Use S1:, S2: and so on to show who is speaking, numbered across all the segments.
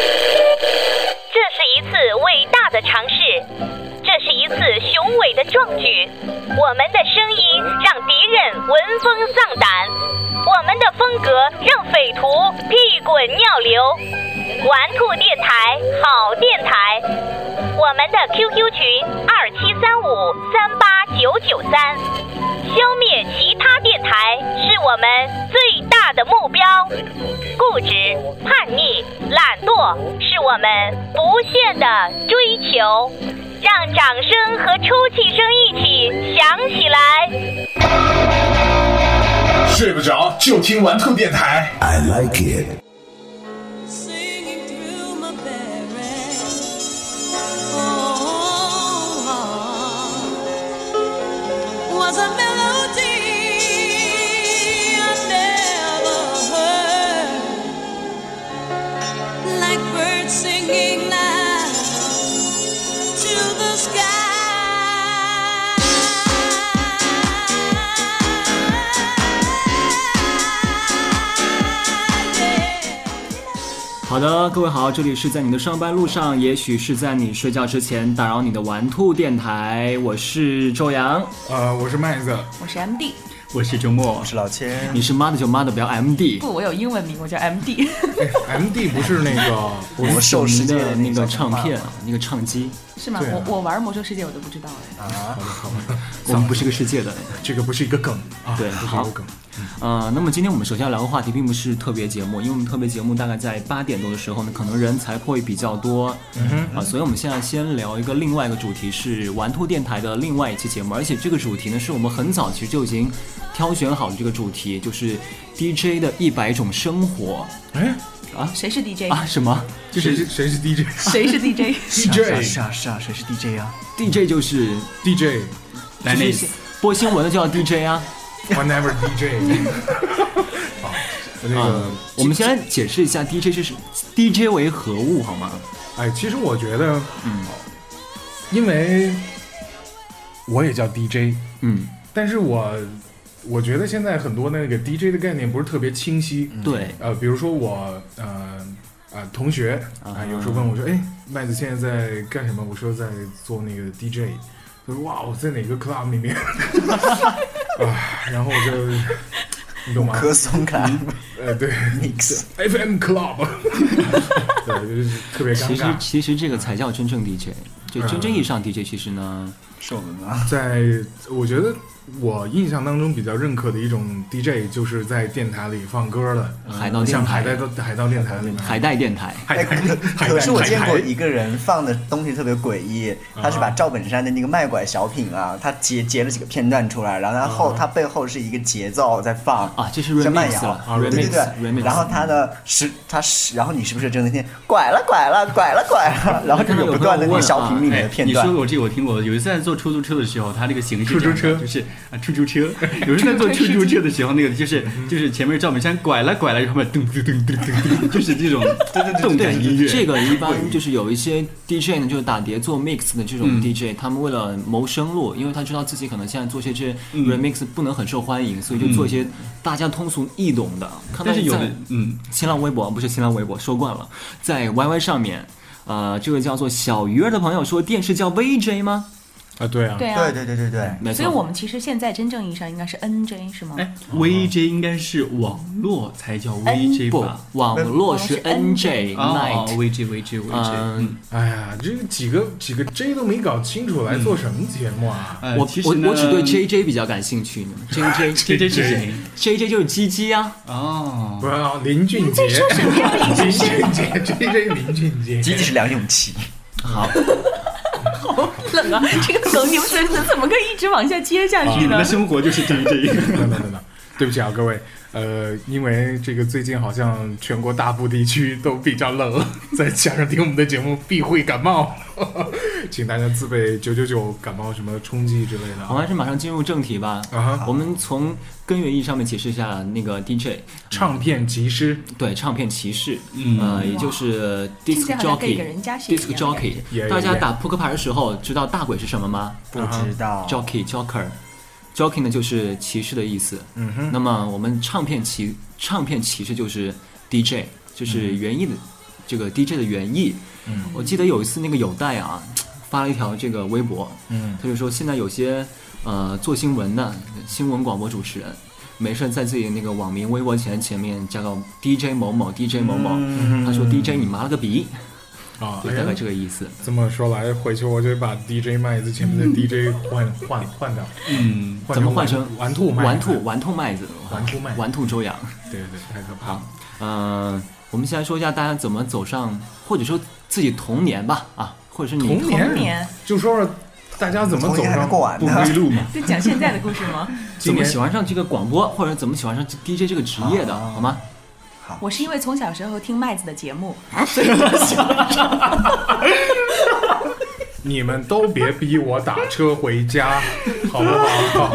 S1: 这是一次伟大的尝试，这是一次雄伟的壮举。我们的声音让敌人闻风丧胆，我们的风格让匪徒屁滚尿流。玩兔电台，好电台。我们的 QQ 群二七三五三八九九三，消灭其他电台是我们最大的目标。固执、叛逆、懒惰是我们不懈的追求。让掌声和出气声一起响起来。
S2: 睡不着就听玩兔电台。
S3: I like it.
S4: Singing through my barrel. Oh, was a melody I never heard. Like birds singing now to the sky.
S5: 好的，各位好，这里是在你的上班路上，也许是在你睡觉之前打扰你的玩兔电台，我是周洋，
S2: 呃，我是麦子，
S6: 我是 MD，
S5: 我是周末，我是老千，你是妈的就妈的，不要 MD，
S6: 不，我有英文名，我叫 MD。
S2: 哎，MD 不是那个，
S5: 我们受世界的那个唱片啊，那个唱机，
S6: 是吗？
S2: 对啊
S6: 我我玩魔兽世界我都不知道哎。
S5: 我们不是个世界的。
S2: 这个不是一个梗啊，
S5: 对
S2: 不是一
S5: 好
S2: 个梗。
S5: 呃，那么今天我们首先要聊的话题并不是特别节目，因为我们特别节目大概在八点多的时候呢，可能人才会比较多，嗯哼，啊、所以我们现在先聊一个另外一个主题是玩兔电台的另外一期节目，而且这个主题呢是我们很早其实就已经挑选好了这个主题，就是 DJ 的一百种生活
S2: 哎，
S6: 谁是 DJ？、
S5: 啊，什么？就
S2: 谁
S5: 是
S2: 是谁是 DJ？
S6: 谁是 DJ？
S2: DJ
S7: 是啊是啊，谁是 DJ 啊？
S5: DJ 就是
S2: DJ
S7: 来
S5: 就
S7: 那
S5: 是播新闻的就叫 DJ 啊。
S2: whenever DJ。好，那
S5: 啊
S2: 个，
S5: 我们先来解释一下 DJ 是什 DJ 为何物好吗？
S2: 哎，其实我觉得，嗯，因为我也叫 DJ，
S5: 嗯，
S2: 但是我我觉得现在很多那个 DJ 的概念不是特别清晰。
S5: 对，
S2: 呃，比如说我，呃。啊，同学啊、
S5: 啊
S2: 有时候问我说：“哎，麦子现在在干什么？”我说：“在做那个 DJ。”他说：“哇，我在哪个 club 里面？” 啊，然后我就，你懂吗？
S7: 歌颂卡
S2: 呃，对
S7: mix，
S2: ，FM club，对，就是特别尴
S5: 其实
S2: 尬。嗯
S5: 其实这个才叫真正 DJ，就真正意义上 DJ 其实呢，
S7: 是我们吗？
S2: 在我觉得我印象当中比较认可的一种 DJ，就是在电台里放歌的，
S5: 海盗电
S2: 像海
S5: 台
S2: 带的海盗电台里面，
S5: 海带电台，
S2: 海带海
S7: 哎可是我
S2: 带
S7: 见
S2: 海
S7: 过
S2: 带
S7: 一个人放的东西特别诡异，他是把赵本山的那个卖拐小品啊，他截截了几个片段出来，然后他后他背后是一个节奏在放
S5: 啊这是
S7: 在
S5: remix
S7: 慢摇
S5: 了啊
S7: 对对
S5: remix，
S7: 对
S5: remix，
S7: 然后他的是他是，然后你是不是真的听拐了拐了拐了拐了，然后就有不断的那个小品里面的片
S8: 啊哎你
S7: 段
S8: 说，我这个我听过，有一次在坐出租车的时候，他那个形式
S2: 出租
S8: 是这样
S2: 车
S8: 的就是啊出租车，有时候在坐出租车的时候，那个就是
S5: 嗯
S8: 就是前面赵本山拐了拐了，然后后面噔噔噔噔噔噔，就是 这种动感音乐。
S5: 这个一般就是有一些 DJ 呢，就是打碟做 mix 的这
S8: 嗯
S5: 种 DJ，、他们为了谋生路，因为他知道自己可能现在做些这
S8: 嗯
S5: remix 不能很受欢迎，所以就做一些大家通俗易懂的。看到
S8: 但是有
S5: 在
S8: 的嗯，
S5: 新浪微博不是新浪微博，说惯了，在 YY 上面，呃，这个叫做小鱼儿的朋友说电视叫 VJ 吗？
S2: 啊，对啊，
S6: 对啊。
S7: 对对对对对，
S5: 没错，
S6: 所以我们其实现在真正意义上应该是 NJ 是吗？
S8: 哎，VJ 应该是网络才叫 VJ
S5: 不
S8: 吧？
S5: 网络是
S6: 网络是
S5: NJ
S8: 哦
S5: night，
S8: ，VJ VJ VJ，
S5: 嗯
S8: 嗯。
S2: 哎呀，这个几个几个 J 都没搞清楚，来做什么节目啊？
S8: 呃
S5: 我
S8: 其实
S5: 我
S8: 呢
S5: 我只对 JJ 比较感兴趣呢 ，JJ
S8: JJ 是谁？
S5: JJ 就是鸡鸡啊，
S8: 哦
S2: 不，是啊，林俊杰， 林俊杰，JJ 林俊杰，
S7: 仅仅是梁咏琪，
S5: 好，
S6: 冷啊，这个梗你们怎么怎么可以一直往下接下去
S8: 你们
S6: 呢
S8: 的？生活就是 JJ。
S2: 等等等等，对不起啊，各位，呃，因为这个最近好像全国大部地区都比较冷， 再加上听我们的节目必会感冒， 请大家自备九九九感冒什么冲剂之类的
S5: 我们
S2: 啊。
S5: 还是马上进入正题吧。
S2: 啊哈
S5: 我们从根源意义上面解释一下那个 DJ，
S2: 唱片集师
S5: 对唱片骑士，
S8: 嗯
S5: 呃，也就是
S6: 听起
S5: disc
S6: 来好像给给人
S5: jockey
S6: 家写一样
S5: disc
S6: 的感觉
S2: Yeah,
S5: jockey。
S2: yeah,
S5: 大家
S2: yeah
S5: 打扑克牌的时候知道大鬼是什么吗
S7: 不知道。
S5: ？jockey joker。jockey 呢就是骑士的意思，嗯哼。那么我们唱片骑唱片骑士就是 DJ，就是原意的、这个 DJ 的原意。
S2: 嗯
S5: 我记得有一次那个有代啊发了一条这个微博，
S2: 嗯
S5: 他就说现在有些呃做新闻的新闻广播主持人，没事在自己那个网名微博前前面加个 DJ 某某 DJ 某某，他说 DJ 你妈了个逼，
S2: 啊，
S5: 就
S2: 嗯哎
S5: 大概
S2: 呀
S5: 这个意思。
S2: 这么说来，回去我就把 DJ 麦子前面的 DJ 换换换掉，
S8: 嗯，
S5: 怎么换成
S2: 玩兔麦子？
S5: 玩兔玩兔麦子，
S2: 玩兔麦子
S5: 玩兔周洋。
S2: 对对，太可怕了。
S5: 嗯，我们先来说一下大家怎么走上，或者说自己童年吧，啊，或者是你
S2: 童年
S6: 童年
S2: 就说说大家怎么走
S7: 童年还
S2: 上
S7: 没过完
S2: 不
S7: 呢
S2: 归路嘛？
S6: 就讲现在的故事吗？
S5: 怎
S2: 今
S5: 么
S2: 年
S5: 喜欢上这个广播，或者怎么喜欢上 DJ 这个职业的，
S2: 啊
S5: 好吗？
S6: 我是因为从小时候听麦子的节目，
S2: 你们都别逼我打车回家，好不好？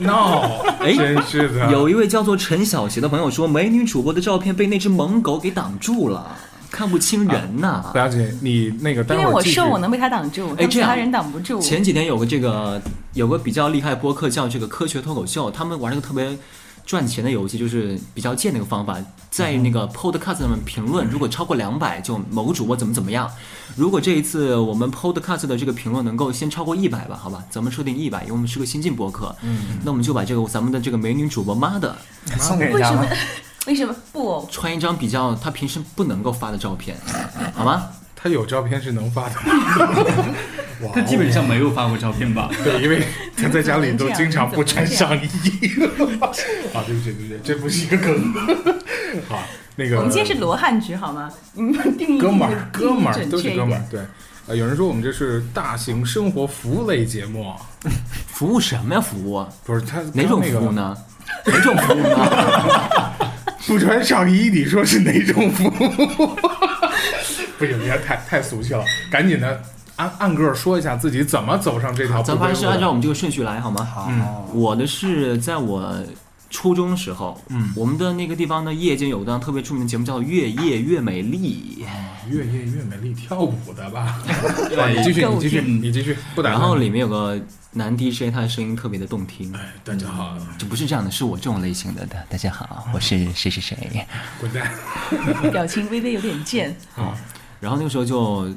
S2: 闹，
S5: 哎
S2: 真是的。
S5: 有一位叫做陈小杰的朋友说，美女主播的照片被那只萌狗给挡住了，看不清人呐
S2: 不。要紧，你那个待
S6: 因为
S2: 会儿
S6: 我
S2: 继续
S6: 瘦，。我能被他挡住，
S5: 哎
S6: 但其
S5: 这样
S6: 他人挡不住。
S5: 前几天有个这个有个比较厉害播客叫这个科学脱口秀，他们玩了个特别赚钱的游戏，就是比较贱的一个方法，在那
S8: 嗯
S5: 个 Podcast 上面评论，如果超过两百，就某个主播怎么怎么样。如果这一次我们 Podcast 的这个评论能够先超过一百吧，好吧，咱们设定一百，因为我们是个新进播客，嗯，那我们就把这个咱们的这个美女主播妈的
S7: 送给人
S6: 为
S7: 家
S6: 什
S7: 吗
S6: 么？？为什么不？
S5: 穿一张比较她平时不能够发的照片，好吗？
S2: 他有照片是能发的。哇
S8: 他基本上没有发过照片吧？
S2: 对，因 为他在家里都经常不穿
S6: 你怎
S2: 上衣。 啊，对不起，对不起，这不是一个梗。 好，那个
S6: 我们今天是罗汉局好吗？你们定义
S2: 哥们儿，
S6: 定义
S2: 哥们儿
S6: 准
S2: 都
S6: 确
S2: 是
S6: 一
S2: 哥们
S6: 点
S2: 儿。对，呃，有人说我们这是大型生活服务类节目啊，
S5: 服务什么呀？服务
S2: 不是他
S5: 哪
S2: 刚
S5: 种
S2: 那
S5: 服
S2: 个
S5: 务呢？哪种服务呢？
S2: 不穿上衣，你说是哪种服务？ 不行，这太太俗气了，赶紧的按按个儿说一下自己怎么走上这条不
S5: 咱
S2: 归
S5: 们还
S2: 路
S5: 是按照
S2: 的。
S5: 我们这个顺序来好吗？嗯
S7: 好，
S5: 我的是在我初中的时候，嗯，我们的那个地方呢，夜间有一档特别出名的节目叫《越夜越美丽
S2: 越夜越美丽，跳舞的 吧？啊
S8: 哎
S2: 你继续，你继续，
S8: 够劲
S2: 你继续，不》，打
S5: 然
S2: 断。
S5: 后里面有个男 DJ，他的声音特别的动听。
S2: 哎，大家好，
S5: 就不是这样的，是我这种类型的的。大家好，我是谁谁谁。
S2: 滚蛋。
S6: 表情微微有点贱。
S5: 然后那个时候就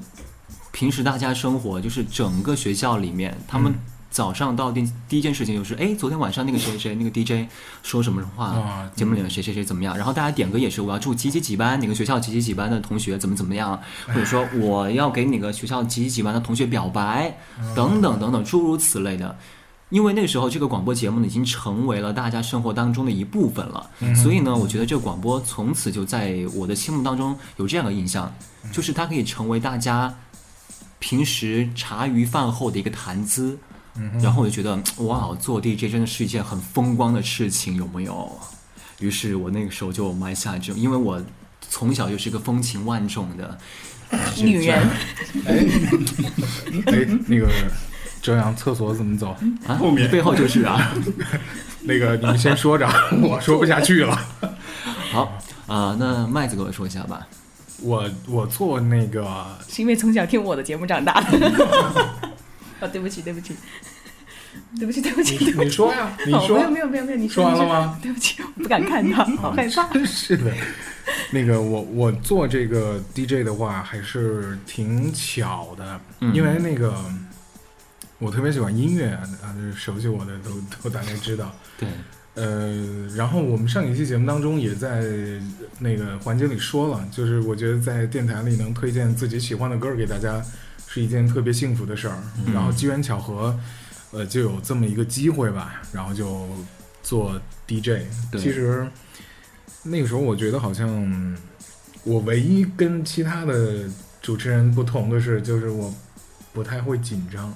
S5: 平时大家生活就是整个学校里面，他们早上到第第一件事情就是，哎，昨天晚上那个谁谁那个 DJ 说什么什么话
S2: 啊，
S5: 节目里面谁谁谁怎么样，然后大家点歌也是，我要祝几几几班哪个学校几几几班的同学怎么怎么样，或者说我要给哪个学校几几几班的同学表白，等等等等，诸如此类的。因为那个时候，这个广播节目呢已经成为了大家生活当中的一部分了，所以呢，我觉得这个广播从此就在我的心目当中有这样的印象，就是它可以成为大家平时茶余饭后的一个谈资。然后我就觉得，嗯哇，做 DJ 真的是一件很风光的事情，有没有？于是我那个时候就埋下这种，因为我从小就是一个风情万种的就是
S6: 女人
S2: 哎，那个周洋，厕所怎么走？
S5: 啊，
S8: 后面
S5: 背后就是啊。
S2: 那个你们先说着， 我说不下去了。
S5: 好啊、呃那麦子给我说一下吧。
S2: 我我做那个
S6: 是因为从小听我的节目长大的。
S5: 嗯
S6: 哦，对不起，对不起，对不起，对不起，
S2: 你
S6: 对不
S2: 你
S6: 起。
S2: 说呀，你
S6: 哦
S2: 说
S6: 没有没有没有没有，你
S2: 说完了吗？
S6: 你对不起，我不敢看他，好害怕。
S2: 是的，那个我我做这个 DJ 的话还是挺巧的，
S5: 嗯
S2: 因为那个我特别喜欢音乐啊，熟悉我的都都大概知道。
S5: 对，
S2: 呃，然后我们上一期节目当中也在那个环节里说了，就是我觉得在电台里能推荐自己喜欢的歌儿给大家，是一件特别幸福的事儿。然后机缘巧合，呃，就有这么一个机会吧，然后就做 DJ。
S5: 对
S2: 其实那个时候我觉得好像我唯一跟其他的主持人不同的是，就是我不太会紧张。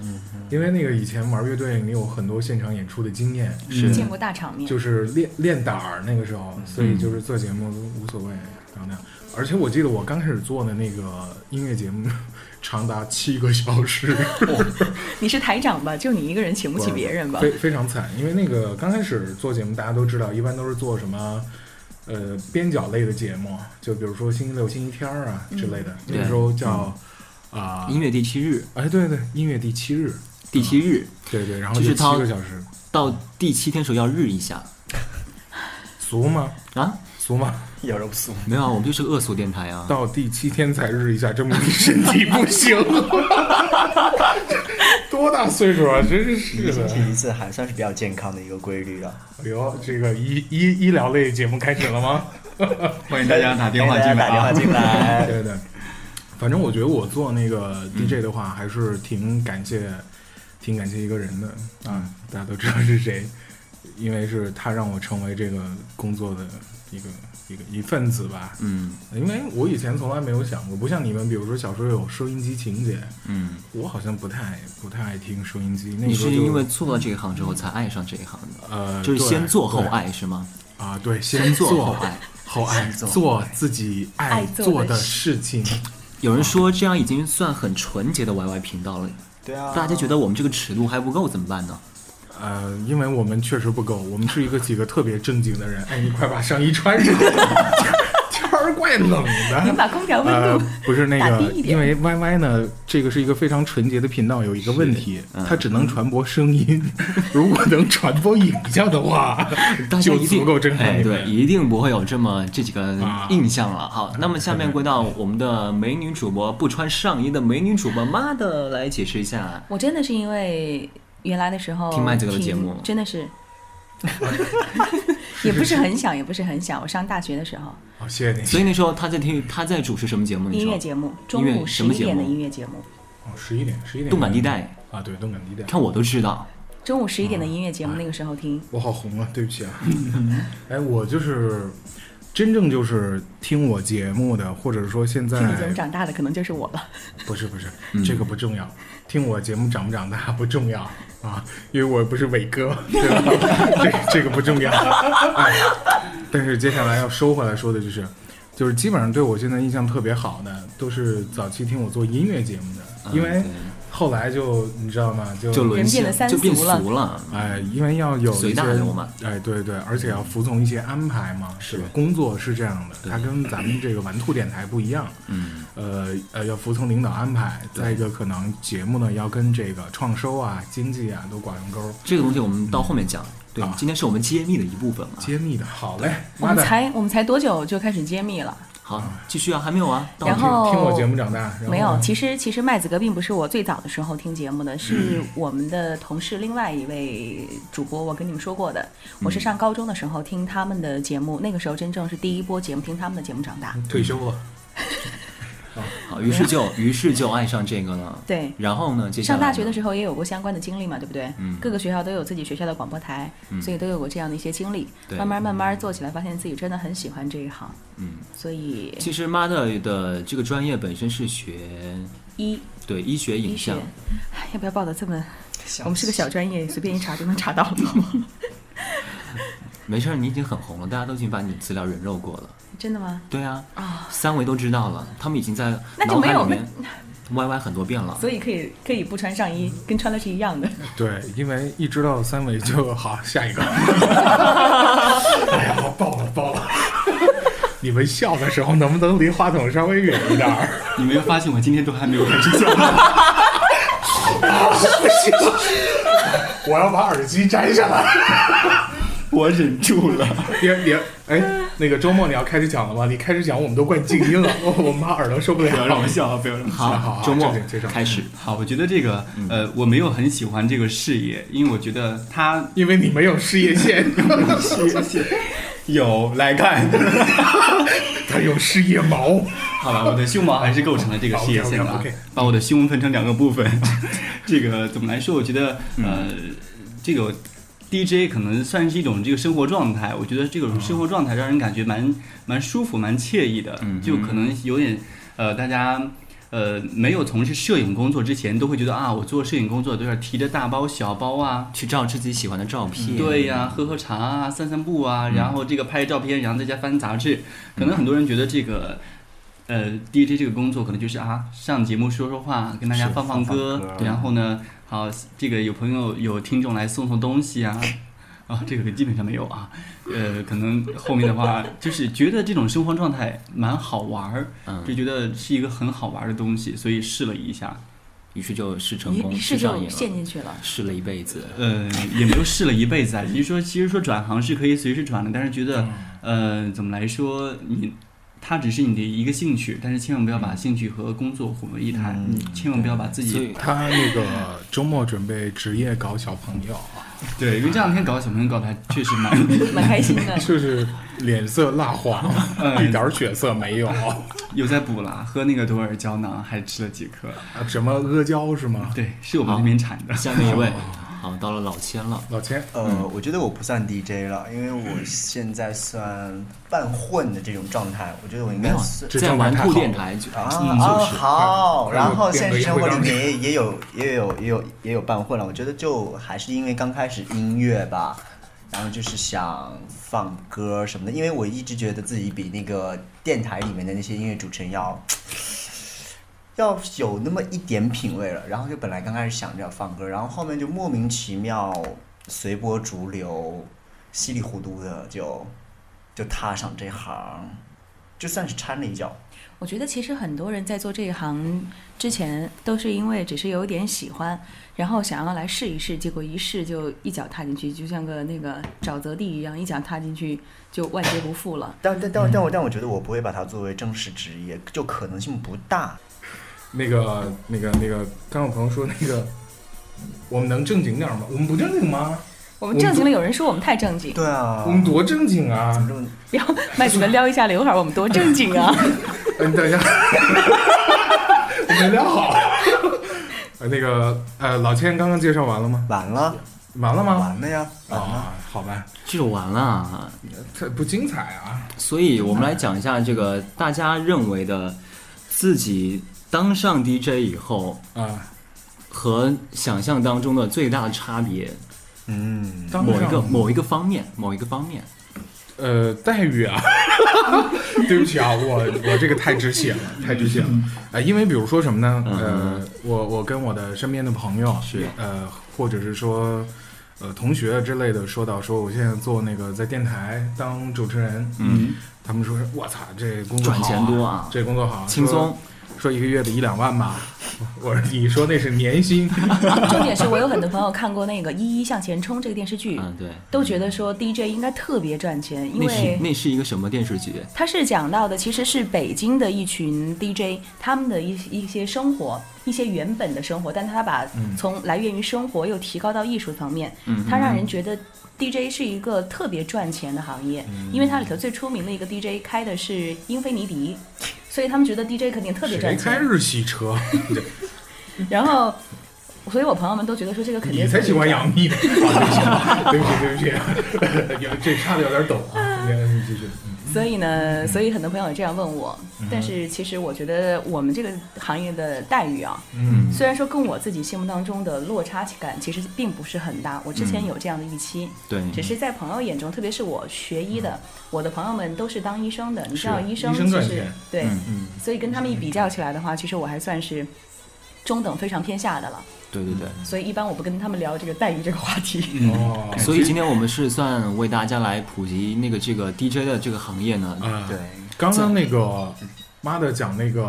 S2: 嗯，因为那个以前玩乐队，你有很多现场演出的经验，
S5: 是
S6: 见过大场面，
S2: 就是练练胆儿那个时候，所以就是做节目都无所谓，然后那样。而且我记得我刚开始做的那个音乐节目，长达七个小时，
S6: 你是台长吧？就你一个人请不起别人吧？
S2: 非非常惨。因为那个刚开始做节目，大家都知道，一般都是做什么。呃，边角类的节目，就比如说星期六、星期天儿啊之类的，那个时候叫啊，
S5: 音乐第七日，
S2: 哎，对对，音乐第七日，
S5: 第七日
S2: 对对，然后
S5: 就是
S2: 就
S5: 他
S2: 七个小时，
S5: 到第七天时候要日一下
S2: 俗吗？
S5: 啊，
S2: 俗吗？
S7: 一点都不俗。
S5: 没有啊，我们就是个恶俗电台啊。
S2: 到第七天才日一下，证明你身体不行。 多大岁数啊？真是的。
S7: 这一次还算是比较健康的一个规律了。
S2: 哎呦，这个医医医疗类节目开始了吗？
S8: 欢迎大家打电话
S7: 欢
S8: 进
S7: 迎
S8: 来
S7: 大家打电话！
S8: 啊
S7: 进来。
S2: 哎对对，反正我觉得我做那个
S5: 嗯
S2: DJ 的话，还是挺感谢，挺感谢一个人的
S5: 嗯
S2: 啊，大家都知道是谁，因为是他让我成为这个工作的一个一个一份子吧。
S5: 嗯
S2: 因为我以前从来没有想过，不像你们，比如说小时候有收音机情节，
S5: 嗯，
S2: 我好像不太不太爱听收音机。那个
S5: 你
S2: 时候
S5: 是
S2: 就
S5: 因为做了这一行之后才爱上这一行的，
S2: 呃，
S5: 就是
S2: 对
S5: 先做后
S2: 对
S5: 爱是吗？
S2: 啊，对，先
S5: 做
S2: 做
S5: 后爱，
S2: 后爱，
S7: 做后
S2: 做自己爱
S6: 爱做
S2: 做
S6: 的
S2: 的事情。
S5: 有人说这样已经算很纯洁的 YY 频道了，
S7: 对啊，
S5: 大家觉得我们这个尺度还不够怎么办呢？
S2: 呃，因为我们确实不够，我们是一个几个特别正经的人。哎，你快把上衣穿上， 天儿怪冷
S6: 您
S2: 的。
S6: 把空调温
S2: 呃
S6: 度，
S2: 不是那
S6: 打
S2: 个，
S6: 低一点
S2: 因为 Y Y 呢，这个是一个非常纯洁的频道，有一个问题，
S5: 嗯
S2: 它只能传播声音。 如果能传播影像的话
S5: 大，家
S2: 就
S5: 一定
S2: 足够震撼
S5: 哎，
S2: 你
S5: 对，
S2: 们。
S5: 一定不会有这么这几个
S2: 啊
S5: 印象了。好，那么下面归到我们的美女主播不穿上衣的美女主播妈的来解释一下，
S6: 我真的是因为原来的时候
S5: 听麦子哥的节目
S6: 听真的是， 也不是很想，也不是很想。我上大学的时候，
S2: 好，谢谢你。
S5: 所以那时候她在听她在主持什么节目？你
S6: 音乐
S5: 说
S6: 节目中
S5: 音乐
S6: 午
S5: 什
S6: 十
S5: 么
S6: 一
S5: 节目
S6: 点的音乐节目，
S2: 哦，十一点，十一点。
S5: 动感地带，
S2: 啊，对，动感地带。
S5: 看我都知道。
S6: 中午十一点的
S5: 嗯
S6: 音乐节目，那个时候听。
S2: 我好红啊，对不起啊。哎，我就是真正就是听我节目的，或者说
S5: 哎
S2: 现在
S6: 听你节目长大的可能就是我了，
S2: 不是不是，这个不重要。听我节目长不长大不重要啊，因为我不是伟哥，对吧？这这个不重要。哎，但是接下来要收回来说的就是，就是基本上对我现在印象特别好的，都是早期听我做音乐节目的，因为
S5: 对
S2: 后来就你知道吗？就
S5: 就沦
S6: 人变
S5: 陷
S6: 得三
S5: 就变
S6: 俗了
S5: 俗了。
S2: 哎，因为要有
S5: 随
S2: 一些
S5: 大流嘛，
S2: 哎，对对，而且要服从一些安排嘛，是吧？工作是这样的，它跟咱们这个玩兔电台不一样，
S5: 嗯，
S2: 呃呃，要服从领导安排。再一个，可能节目呢要跟这个创收啊、经济啊都挂上钩儿，
S5: 这个东西我们到后面讲。对
S2: 啊，
S5: 今天是我们揭秘的一部分嘛。
S2: 揭秘的。好嘞，
S6: 我
S2: 妈
S6: 们
S2: 的，
S6: 才我们才多久就开始揭秘了？
S5: 好，继续啊，还没有啊。到
S6: 然
S5: 这
S6: 后
S2: 听我节目长大，然后
S6: 没有
S2: 呢，
S6: 其实其实麦子哥并不是我最早的时候听节目的，是
S5: 嗯
S6: 我们的同事另外一位主播，我跟你们说过的，我
S5: 嗯
S6: 是上高中的时候听他们的节目，那个时候真正是第一波节目听他们的节目长
S5: 嗯
S6: 大。
S2: 退休了，
S5: 好，于是就于是就爱上这个了。
S6: 对
S5: 然后呢，嗯接下来
S6: 上大学的
S5: 候，
S6: 时候也有过相关的经历嘛，对不对？
S5: 嗯
S6: 各个学校都有自己学校的广播台，所以都有过这样的一些经历。
S5: 对
S6: 慢慢慢慢做起来，发现自己真的很喜欢这一行，
S5: 嗯，
S6: 所以
S5: 其实妈的的这个专业本身是学
S6: 一
S5: 对医学影
S6: 医学
S5: 像，，
S6: 唉哎要不要报的这么？我们是个小专业，随便一查就能查到了。
S5: 没事儿，你已经很红了，大家都已经把你资料人肉过了。
S6: 真的吗？
S5: 对啊，
S6: 啊
S5: 三维都知道了，他们已经在
S6: 那就
S5: 脑海
S6: 没有
S5: 里面歪歪很多遍了。
S6: 所以可以可以不穿上衣，跟穿的是一样的。
S2: 对，因为一知道三维就好，下一 个。哎呀，我爆了爆了！ 你们笑的时候能不能离话筒稍微远一点儿？
S8: 你没有发现我今天都还没有开始讲吗？
S2: 我要把耳机摘下来。
S8: 我忍住了。
S2: 别别，哎，那个周末你要开始讲了吗？你开始讲，我们都怪静音了， 我我们怕耳朵受不
S8: 不要让
S2: 了
S8: 我。笑啊！不要让我笑。
S2: 好好
S5: 周末
S2: 正经介绍
S5: 开始，嗯
S8: 好，我觉得这个呃，我没有很喜欢这个事业，因为我觉得 它
S2: 因为你没有事业线，
S8: 有 来看。
S2: 他有事业毛。
S8: 好了，我的胸毛还是构成了这个事业线的啊
S2: OK，OK，OK，
S8: 把我的胸分成两个部分。这个怎么来说？我觉得呃，这个 DJ 可能算是一种这个生活状态。我觉得这种生活状态让人感觉蛮蛮舒服、蛮惬意的。就可能有点呃，大家。呃，没有从事摄影工作之前，都会觉得啊，我做摄影工作都是提着大包小包啊，
S5: 去照自己喜欢的照
S6: 嗯
S5: 片。
S8: 对呀、喝喝茶啊，散散步
S7: 嗯
S8: 啊，然后这个拍照片，然后在家翻杂志。可能很多人觉得这个，呃，DJ 这个工作可能就是啊，上节目说说话，跟大家
S7: 是
S8: 放
S7: 放放
S8: 歌，
S7: 歌
S8: 然后呢，好，这个有朋友有听众来送送东西啊。 啊，这个基本上没有啊，呃，可能后面的话就是觉得这种生活状态蛮好玩儿，
S5: 嗯
S8: 就觉得是一个很好玩儿的东西，所以试了一下，
S5: 于是就试成
S6: 一
S5: 功，
S6: 一
S5: 试
S6: 试
S5: 上
S6: 就
S5: 瘾
S6: 陷
S5: 了，
S6: 进去 了。
S5: 试了一辈子。
S8: 呃，也没有试了一辈子啊。只是说，其实说转行是可以随时转的，但是觉得，呃，怎么来说，你它只是你的一个兴趣，但是千万不要把兴趣和工作混为一谈，你千万不要把自
S5: 所
S8: 己
S5: 以
S2: 他那个周末准备职业搞小朋友，，
S8: 对，因为这两天搞小朋友搞得还确实蛮，
S6: 蛮开心 的
S2: 就是脸色蜡黄，
S8: 嗯
S2: 一点儿血色没 有，
S8: 有在补啦，喝那个多尔胶囊还吃了几颗，
S2: 什么阿胶是吗？
S8: 对，是我们这边产的。
S5: 下面一
S8: 哦
S5: 位，好，到了老千了，
S2: 老钱，
S7: 呃，我觉得我不算 DJ 了，因为我现在算半混的这种状态，我觉得我应
S5: 没
S7: 该
S5: 有啊
S7: 算，
S2: 这
S5: 在
S2: 状态
S5: 玩
S2: 太
S5: 兔
S2: 好
S5: 电
S2: 了
S5: 台就
S7: 啊
S5: 嗯
S7: 啊
S5: 就是
S7: 好，
S2: 快
S7: 然后
S2: 变
S7: 现
S2: 回
S7: 实
S2: 一
S7: 生
S2: 回
S7: 活里
S2: 当
S7: 面也也有也有也有也有半混了，我觉得就还是因为刚开始音乐吧，然后就是想放歌什么的，因为我一直觉得自己比那个电台里面的那些音乐主持人要。要有那么一点品味了，然后就本来刚开始想着要放歌，然后后面就莫名其妙随波逐流，稀里糊涂的就就踏上这行，就算是掺了一脚。
S6: 我觉得其实很多人在做这一行之前，都是因为只是有一点喜欢，然后想要来试一试，结果一试就一脚踏进去，就像个那个沼泽地一样，一脚踏进去就万劫不复了。
S7: 但但但但我但我觉得我不会把它作为正式职业，就可能性不大。
S2: 那个那个那个，刚有朋友说那个，我们能正经点儿吗？我们不正经吗？
S6: 我们正经的有人说我们太正经，
S7: 对啊
S2: 我，们多正经啊！
S7: 这么
S6: 然后麦子们撩一下刘海儿，我们多正经 啊！
S2: 嗯，等一下，我没聊好。呃，那个呃，老千刚刚介绍完了吗？
S7: 完了，
S2: 完了吗？
S7: 完了呀，完了。
S2: 啊，好吧，
S5: 这就啊完了。
S2: 它不精彩啊。
S5: 所以我们来讲一下这个大家认为的自己当上 DJ 以后
S2: 啊，
S5: 和想象当中的最大差别，
S7: 嗯，
S2: 当
S5: 某一个
S2: 上
S5: 某一个方面，某一个方面。
S2: 呃待遇啊， 对不起啊，我我这个太直血了，太直血了。
S5: 嗯
S2: 呃，因为比如说什么呢？呃，我我跟我的身边的朋友
S5: 是
S2: 呃，或者是说。呃，同学之类的说到说，我现在做那个在电台当主持人，嗯，他们说，我操，这工作好、
S5: 赚钱多啊
S2: 这工作好，
S5: 轻松
S2: 说，说一个月的一两万吧，我说你说那是年 薪，
S6: 重点是我有很多朋友看过那个《一一向前冲》这个电视剧，
S5: 嗯，对，
S6: 都觉得说 DJ 应该特别赚钱，因
S5: 那是
S6: 为
S5: 那是一个什么电视剧？
S6: 他是讲到的其实是北京的一群 DJ 他们的一一些生活，一些原本的生活，但他把从来源于生活又提高到艺术方面，他让人觉得 DJ 是一个特别赚钱的行业，因为它里头最出名的一个 DJ 开的是英菲尼迪，所以他们觉得 DJ 肯定特别
S2: 谁
S6: 赚
S2: 开
S6: 钱。
S2: 日系车？
S6: 然后，所以我朋友们都觉得说这个肯定
S2: 你才
S6: 特别
S2: 喜欢
S6: 赚
S2: 杨 幂呢，啊对不起，对不起，对不起，有这差的有点抖啊。你你继续，嗯
S6: 所以呢，所以很多朋友也这样问我，但是其实我觉得我们这个行业的待遇啊，
S2: 嗯，
S6: 虽然说跟我自己心目当中的落差感其实并不是很大，我之前有这样的预期，
S5: 对，
S6: 只是在朋友眼中，特别是我学医的，我的朋友们都是当医生的，你知道
S2: 是
S6: 医生
S2: 医
S6: 其
S2: 生
S6: 实
S2: 赚钱
S6: 对，
S5: 嗯
S6: 所以跟他们一比较起来的话，其实我还算是中等非常偏下的了，
S5: 对对对。
S6: 所以一般我不跟他们聊这个待遇这个话题。
S2: 哦，
S5: 所以今天我们是算为大家来普及那个这个 DJ 的这个行业呢。
S2: 啊，
S7: 对，
S2: 刚刚那个妈的讲那个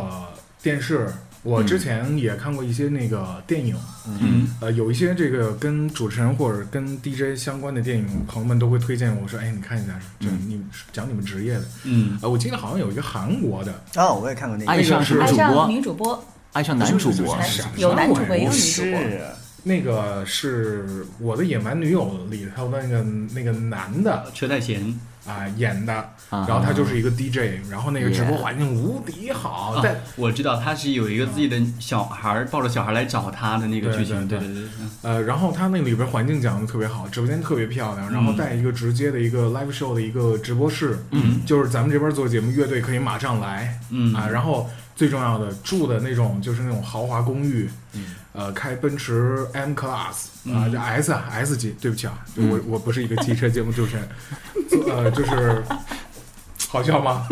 S2: 电视，我之前也看过一些那个电影，
S8: 嗯，
S2: 呃，有一些这个跟主持人或者跟 DJ 相关的电影，朋友们都会推荐我说，哎，你看一下，这你们讲你们职业的，
S8: 嗯，
S2: 呃，我记得好像有一个韩国的，
S7: 哦，我也看过那
S5: 爱
S7: 个，
S5: 上是
S6: 爱
S5: 主
S6: 上
S5: 播，
S6: 女主播，
S5: 爱上男主播，
S2: 是
S6: 有男主播也有
S7: 不
S6: 女主播。
S7: 是，
S2: 那个是我的野蛮女友里头的那个那个男的，
S8: 车太贤，
S2: 啊、演的，然后他就是一个 DJ，、然后那个直播环境无敌好，
S8: 啊
S2: 但
S8: 我知道他是有一个自己的小孩儿抱着小孩来找他的那个
S2: 对
S8: 剧情，
S2: 对
S8: 对
S2: 对
S8: 对对，嗯
S2: 呃，然后他那里边环境讲的特别好，直播间特别漂亮，然后带一个直接的一个 live show 的一个直播室，嗯，就是咱们这边做节目，乐队可以马上来，
S8: 嗯
S2: 啊，然后最重要的住的那种就是那种豪华公寓，嗯，呃，开奔驰 M Class 啊，这 S 啊 S 级，对不起啊，我我不是一个汽车节目主持人，呃，就是好笑 吗？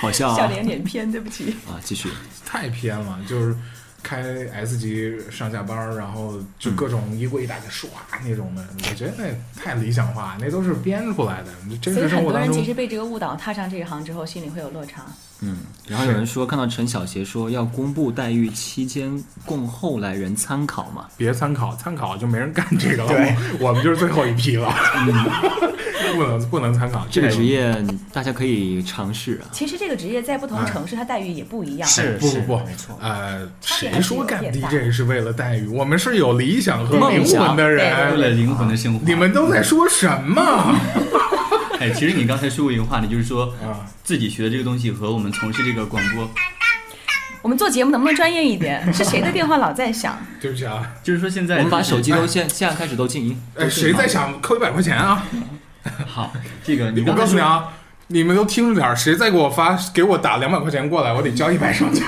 S5: 好笑
S6: 笑
S5: 啊
S6: 脸有点偏，对不起。
S5: 啊！继续，
S2: 太偏了，就是开 S 级上下班儿，然后就各种衣柜一打开唰那种的，我觉得那太理想化，那都是编出来的。真
S6: 所以
S2: 实
S6: 很
S2: 生活
S6: 多
S2: 当
S6: 人其
S2: 中
S6: 实被这个误导，踏上这一行之后，心里会有落差。
S5: 嗯，然后有人说看到陈小邪说要公布待遇期间供后来人参考嘛，
S2: 别参考，参考就没人干这个了。
S7: 对
S2: 我我们就是最后一批了，嗯不能不能参考
S5: 这个职
S2: 业。
S5: 业大家可以尝试啊。
S6: 其实这个职业在不同
S2: 哎
S6: 城市，它待遇也不一样。
S7: 是
S2: 不不不
S7: 没错，
S2: 呃，
S6: 差别
S2: 谁
S6: 还是
S2: 说
S6: 有
S2: 干
S6: 点大
S2: DJ 是为了待遇？我们是有理想和
S5: 梦
S2: 灵
S5: 想
S2: 魂的
S8: 为了
S2: 人，
S8: 灵魂的升华。
S2: 你们都在说什么？
S8: 哎，其实你刚才说过一个话题，就是说
S2: 啊
S8: 自己学的这个东西和我们从事这个广播，
S6: 我们做节目能不能专业一点？是谁的电话老在响？
S2: 对不起啊，
S8: 就是说现在
S5: 我们把
S8: 自己
S5: 手机都现现在开始都静音。
S2: 哎，谁在想扣一百块钱啊？
S8: 哎好，这个你
S2: 我
S8: 刚才
S2: 告诉你
S8: 说
S2: 啊，你们都听着点儿，谁再给我发给我打两百块钱过来，我得交一百上去。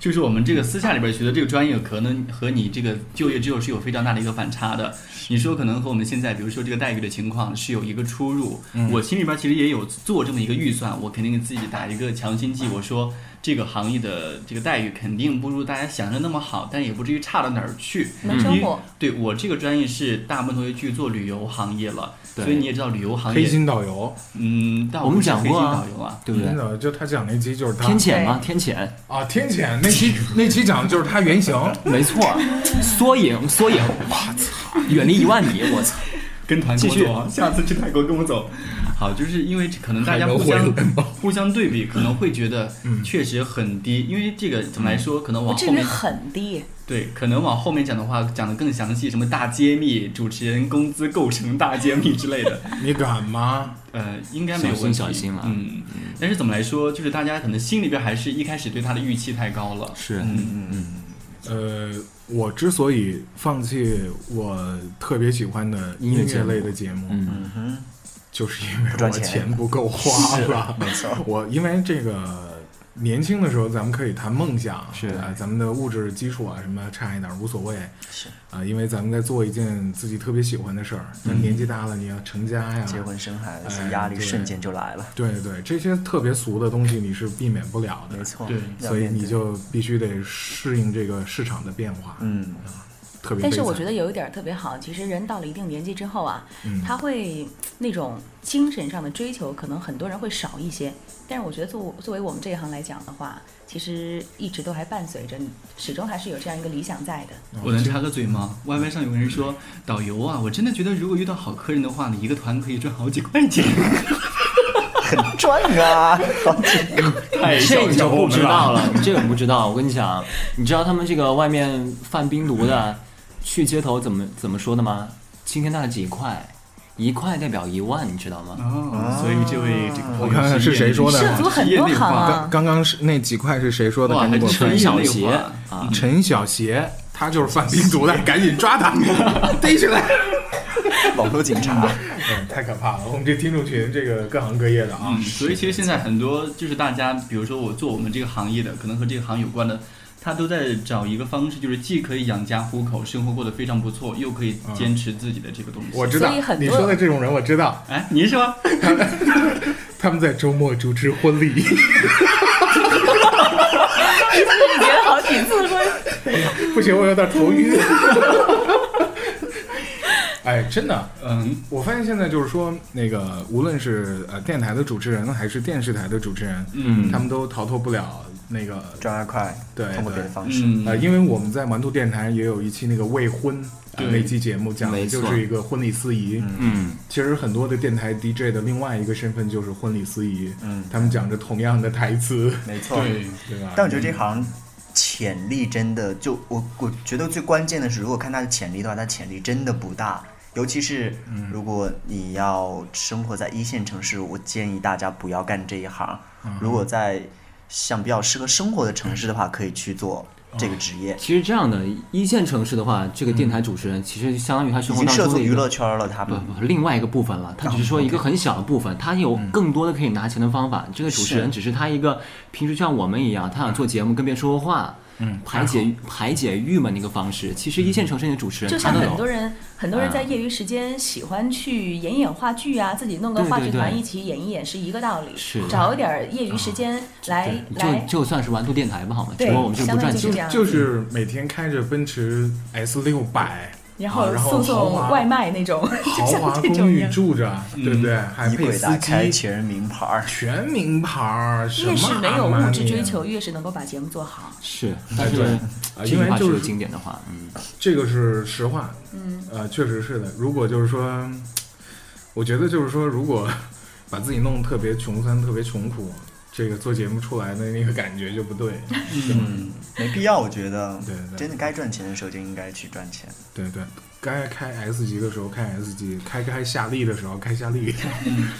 S8: 就是我们这个私下里边学的这个专业，可能和你这个就业之后是有非常大的一个反差的。你说可能和我们现在，比如说这个待遇的情况是有一个出入。
S2: 嗯
S8: 我心里边其实也有做这么一个预算，我肯定给自己打一个强心剂，我说这个行业的这个待遇肯定不如大家想象那么好，但也不至于差到哪儿去。
S2: 嗯
S6: 能生
S8: 因为
S6: 活
S8: 对我这个专业是大部分同学去做旅游行业了，
S5: 对
S8: 所以你也知道旅游 行
S2: 黑
S8: 业，
S2: 心导游，
S8: 嗯，但
S5: 我们
S8: 不是
S5: 讲
S8: 黑
S5: 过
S8: 心
S5: 啊
S8: 导游啊，
S5: 对不
S2: 真
S5: 对？
S2: 的就他讲那期就是他
S5: 天谴吗？天谴，
S2: 啊，天谴那期那期讲的就是他 原型，
S5: 没错，缩影缩影，我操，远离一万米，我操。
S8: 跟团
S5: 继
S8: 工
S5: 续
S8: 作，啊下次去泰国跟我走。好，就是因为可能大家
S2: 还能
S8: 互
S2: 回
S8: 相
S2: 来吗
S8: 互相对比，可能会觉得
S5: 嗯
S8: 确实很低，因为这个怎么来说，可能往
S6: 这
S8: 后
S6: 个
S8: 面
S6: 很低，
S8: 对，可能往后面讲的话讲的更详细，什么大揭秘、主持人工资构成大揭秘之类的，
S2: 你敢吗？
S8: 呃，应该没
S5: 小
S8: 有
S5: 心
S8: 问题。
S5: 小心了
S8: 嗯，但是怎么来说，就是大家可能心里边还是一开始对他的预期太高了。
S5: 是
S8: 嗯，
S2: 呃，我之所以放弃我特别喜欢的音
S5: 音乐节
S2: 乐
S5: 目
S2: 类的节目，
S5: 嗯，
S2: 就是因为
S7: 不
S2: 我
S7: 赚钱
S2: 钱不够花了。
S7: 没错，
S2: 我因为这个年轻的时候，咱们可以谈梦想，
S5: 是
S2: 啊，咱们的物质基础啊什么差一点儿无所谓，
S7: 是
S2: 啊，因为咱们在做一件自己特别喜欢的事儿。但年纪大了，你要成家呀，
S7: 嗯结婚生孩
S2: 哎
S7: 子，压力
S2: 对
S7: 瞬间就来了。
S2: 对对，这些特别俗的东西你是避免不了
S7: 没
S2: 的，
S7: 错，
S8: 对
S7: 要
S2: 所以
S7: 面
S2: 你
S7: 对
S2: 就必须得适应这个市场的变化，
S7: 嗯，
S2: 特别悲
S6: 但
S2: 惨。
S6: 是我觉得有一点特别好，其实人到了一定年纪之后啊，
S2: 嗯
S6: 他会那种精神上的追求，可能很多人会少一些。但是我觉得作作为我们这一行来讲的话，其实一直都还伴随着你，始终还是有这样一个理想在的。
S8: 我能插个嘴吗？Y Y 上有人说导游啊，我真的觉得如果遇到好客人的话，你一个团可以赚好几块 钱。
S7: 赚啊，
S8: 太
S5: 哎这
S8: 哎小
S5: 你就
S8: 瞧我
S5: 不
S8: 们
S5: 知
S8: 了。
S5: 道了，这个你不知道。我跟你讲，你知道他们这个外面贩冰毒的，去街头怎么怎么说的吗？青天大的几块，一块代表一万，你知道吗？
S8: 哦，所以这位这个朋友
S2: 我看看是谁说的啊
S8: 业内
S6: 涉足很多行
S8: 哇
S6: 啊，
S2: 刚刚是那几块是谁说的？
S8: 还
S2: 赶紧给我
S8: 是
S2: 翻
S8: 纯
S2: 译。
S5: 小
S8: 业内
S5: 邪
S8: 化
S6: 嗯
S5: 啊
S2: 陈小邪，他就是贩冰毒的，赶紧抓他，逮起来！
S7: 网络警察，
S2: 嗯，太可怕了，我们这听众群这个各行各业的啊
S8: 嗯，，所以其实现在很多就是大家，比如说我做我们这个行业的，可能和这个行业有关的，他都在找一个方式，就是既可以养家糊口，生活过得非常不错，又可以坚持自己的这个东西。
S2: 嗯我知道
S6: 所以很多
S2: 你说的这种人，我知道，
S8: 哎，您是 吧？
S2: 他们在周末主持婚礼，
S6: 你结了好几次婚，
S2: 不行，我有点头晕。 哎，真的，
S8: 嗯，
S2: 我发现现在就是说，那个无论是呃电台的主持人还是电视台的主持人，
S8: 嗯
S2: 他们都逃脱不了那个
S7: 赚二块，
S2: 对
S7: 啊通过别的
S2: 对
S7: 方式，
S8: 嗯，
S2: 呃，因为我们在玩兔电台也有一期那个未婚呃
S8: 对
S2: 那期节目，讲的
S5: 没
S2: 就
S5: 错
S2: 是一个婚礼司仪。
S5: 嗯，
S2: 其实很多的电台 DJ 的另外一个身份就是婚礼司仪，
S7: 嗯
S2: 他们讲着同样的台词，
S7: 没错。
S8: 对，
S2: 对吧？
S7: 但我觉得这行潜力真的就我我觉得最关键的是，如果看他的潜力的话，他潜力真的不大。尤其是
S2: 嗯
S7: 如果你要生活在一线城市，我建议大家不要干这一行。
S2: 嗯
S7: 如果在像比较适合生活的城市的话，可以去做这个职业。
S2: 嗯
S5: 其实这样的一线城市的话，这个电台主持人其实相当于他
S7: 已
S5: 生活
S7: 经
S5: 当
S7: 涉
S5: 中
S7: 足
S5: 的一
S7: 娱
S5: 个
S7: 乐圈了，他
S5: 不
S7: 们
S5: 不，另外一个部分了，他只是说一个很小的部分，他有更多的可以拿钱的方法。这个主持人只是他一个平时像我们一样，他想做节目跟别人说话，嗯，排解排解郁闷的一个方式。其实一线城市里的主持人
S6: 就
S5: 他
S6: 像
S5: 都
S6: 很多
S5: 有，
S6: 人很多人
S2: 嗯
S6: 在业余时间喜欢去演演话剧啊，自己弄个
S5: 对对
S6: 话剧团
S5: 对
S6: 一起演一演是一个道理。
S5: 是
S6: 找一点儿业余
S2: 啊
S6: 时间来
S5: 就
S6: 来，
S5: 就算是玩兔电台吧，好吗？只
S6: 对
S5: 不过我们是不赚
S6: 相当于就是这
S5: 钱。
S6: 样
S2: 就是每天开着奔驰 S 六百，
S6: 然
S2: 啊
S6: 后
S2: 然后
S6: 送送
S2: 豪华
S6: 外卖那种，
S2: 豪
S6: 就
S2: 华
S6: 像这
S2: 公
S6: 种一
S2: 寓
S6: 样。
S2: 住着，对不对？还
S7: 衣
S2: 嗯配
S7: 柜打
S2: 司
S7: 开，
S2: 机，
S7: 全是名牌儿。
S2: 全名牌儿，什么
S6: 越是没有物质追
S2: Armani
S6: 求，
S2: 啊，
S6: 越是能够把节目做好。
S5: 是，但
S2: 对
S5: 是
S2: 啊
S5: 这
S2: 因
S5: 句
S2: 为
S5: 话
S2: 就是是
S5: 经典的话，嗯，
S2: 这个是实话，嗯，呃，确实是的。如果就是说，我觉得就是说，如果把自己弄得特别穷酸、特别穷苦，这个做节目出来的那个感觉就不 对。
S7: 嗯，没必要，我觉得。
S2: 对对
S7: 真的该赚钱的时候就应该去赚钱。
S2: 对对，该开 S 级的时候开 S 级，开开夏利的时候开夏利。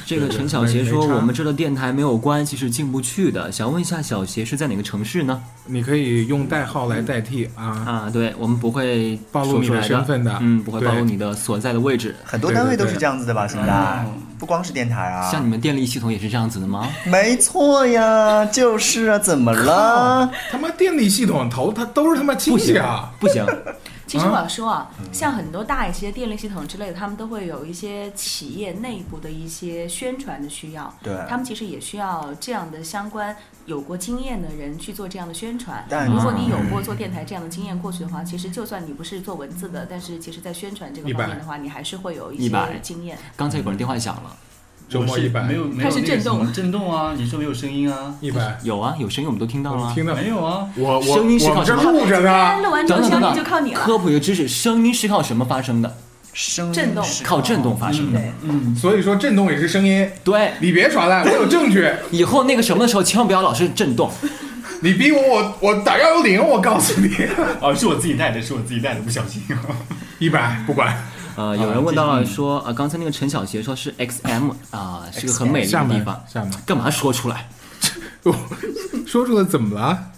S5: 这个
S2: 对对
S5: 陈小
S2: 没
S5: 邪
S2: 没
S5: 说
S2: 差
S5: 我们这的电台没有关系是进不去的，想问一下小邪是在哪个城市呢？
S2: 你可以用代号来代替
S6: 嗯
S2: 啊，
S5: 啊，对，我们不会
S2: 暴露
S5: 说
S2: 你
S5: 出
S2: 的
S5: 来
S2: 身份的
S5: 嗯，不会暴
S2: 对
S5: 露你的所在的位置。
S7: 很多
S2: 对
S7: 单位
S2: 对
S7: 都
S2: 对嗯
S7: 是这样子的吧？现在不光是电台啊，
S5: 像你们电力系统也是这样子的吗？
S2: 哎
S7: 没错呀，就是啊，怎么了？
S2: 他妈电力系统头他都是他妈亲戚啊！
S5: 不行，
S6: 其实
S2: 嗯
S6: 我要说啊，像很多大一些电力系统之类的，他们都会有一些企业内部的一些宣传的需要，
S7: 对
S6: 他们其实也需要这样的相关有过经验的人去做这样的宣传。
S7: 但
S6: 如果你有过做电台这样的经验过去的话，其实就算你不是做文字的，但是其实在宣传这个
S2: 一百
S6: 方面的话，你还是会有一
S5: 一
S6: 些
S5: 百
S6: 经验。
S5: 刚才有个人电话响了，
S2: 周末
S8: 我是
S2: 一百
S8: 没有没
S6: 它
S8: 有
S6: 是
S8: 那个
S6: 震动
S8: 什么震动啊，你说没有声音啊？
S2: 一百，
S5: 有啊，有声音我们都听到
S2: 我
S5: 了
S2: 们。听到
S8: 没有啊，
S2: 我我
S5: 声音是
S2: 我们
S5: 靠
S2: 这
S5: 什么
S2: 录着
S6: 今天
S2: 呢。
S6: 录完之
S5: 等
S6: 后，
S5: 等
S6: 相
S5: 等等，
S6: 信就靠你了。
S5: 科普一个知识，声音是靠什么发生的？
S7: 声
S6: 震动
S7: 是
S5: 靠震动发生的。
S6: 对，
S2: 所以说震动也是声音，
S5: 对，
S2: 你别耍赖，我有证 据。
S5: 以后那个什么的时候，千万不要老是震 动。
S2: 你逼我，我我打幺幺零，我告诉你，
S8: 哦，是我自己带的，是我自己带的，不小心。啊
S2: 一百不管。
S5: 呃，有人问到了说，呃，刚才那个陈小邪说是 XM 啊、是个很美丽
S2: 厦
S5: 的地
S2: 门
S5: 方，，
S2: 厦门，
S5: 干嘛说出来？
S2: 说出来怎么了？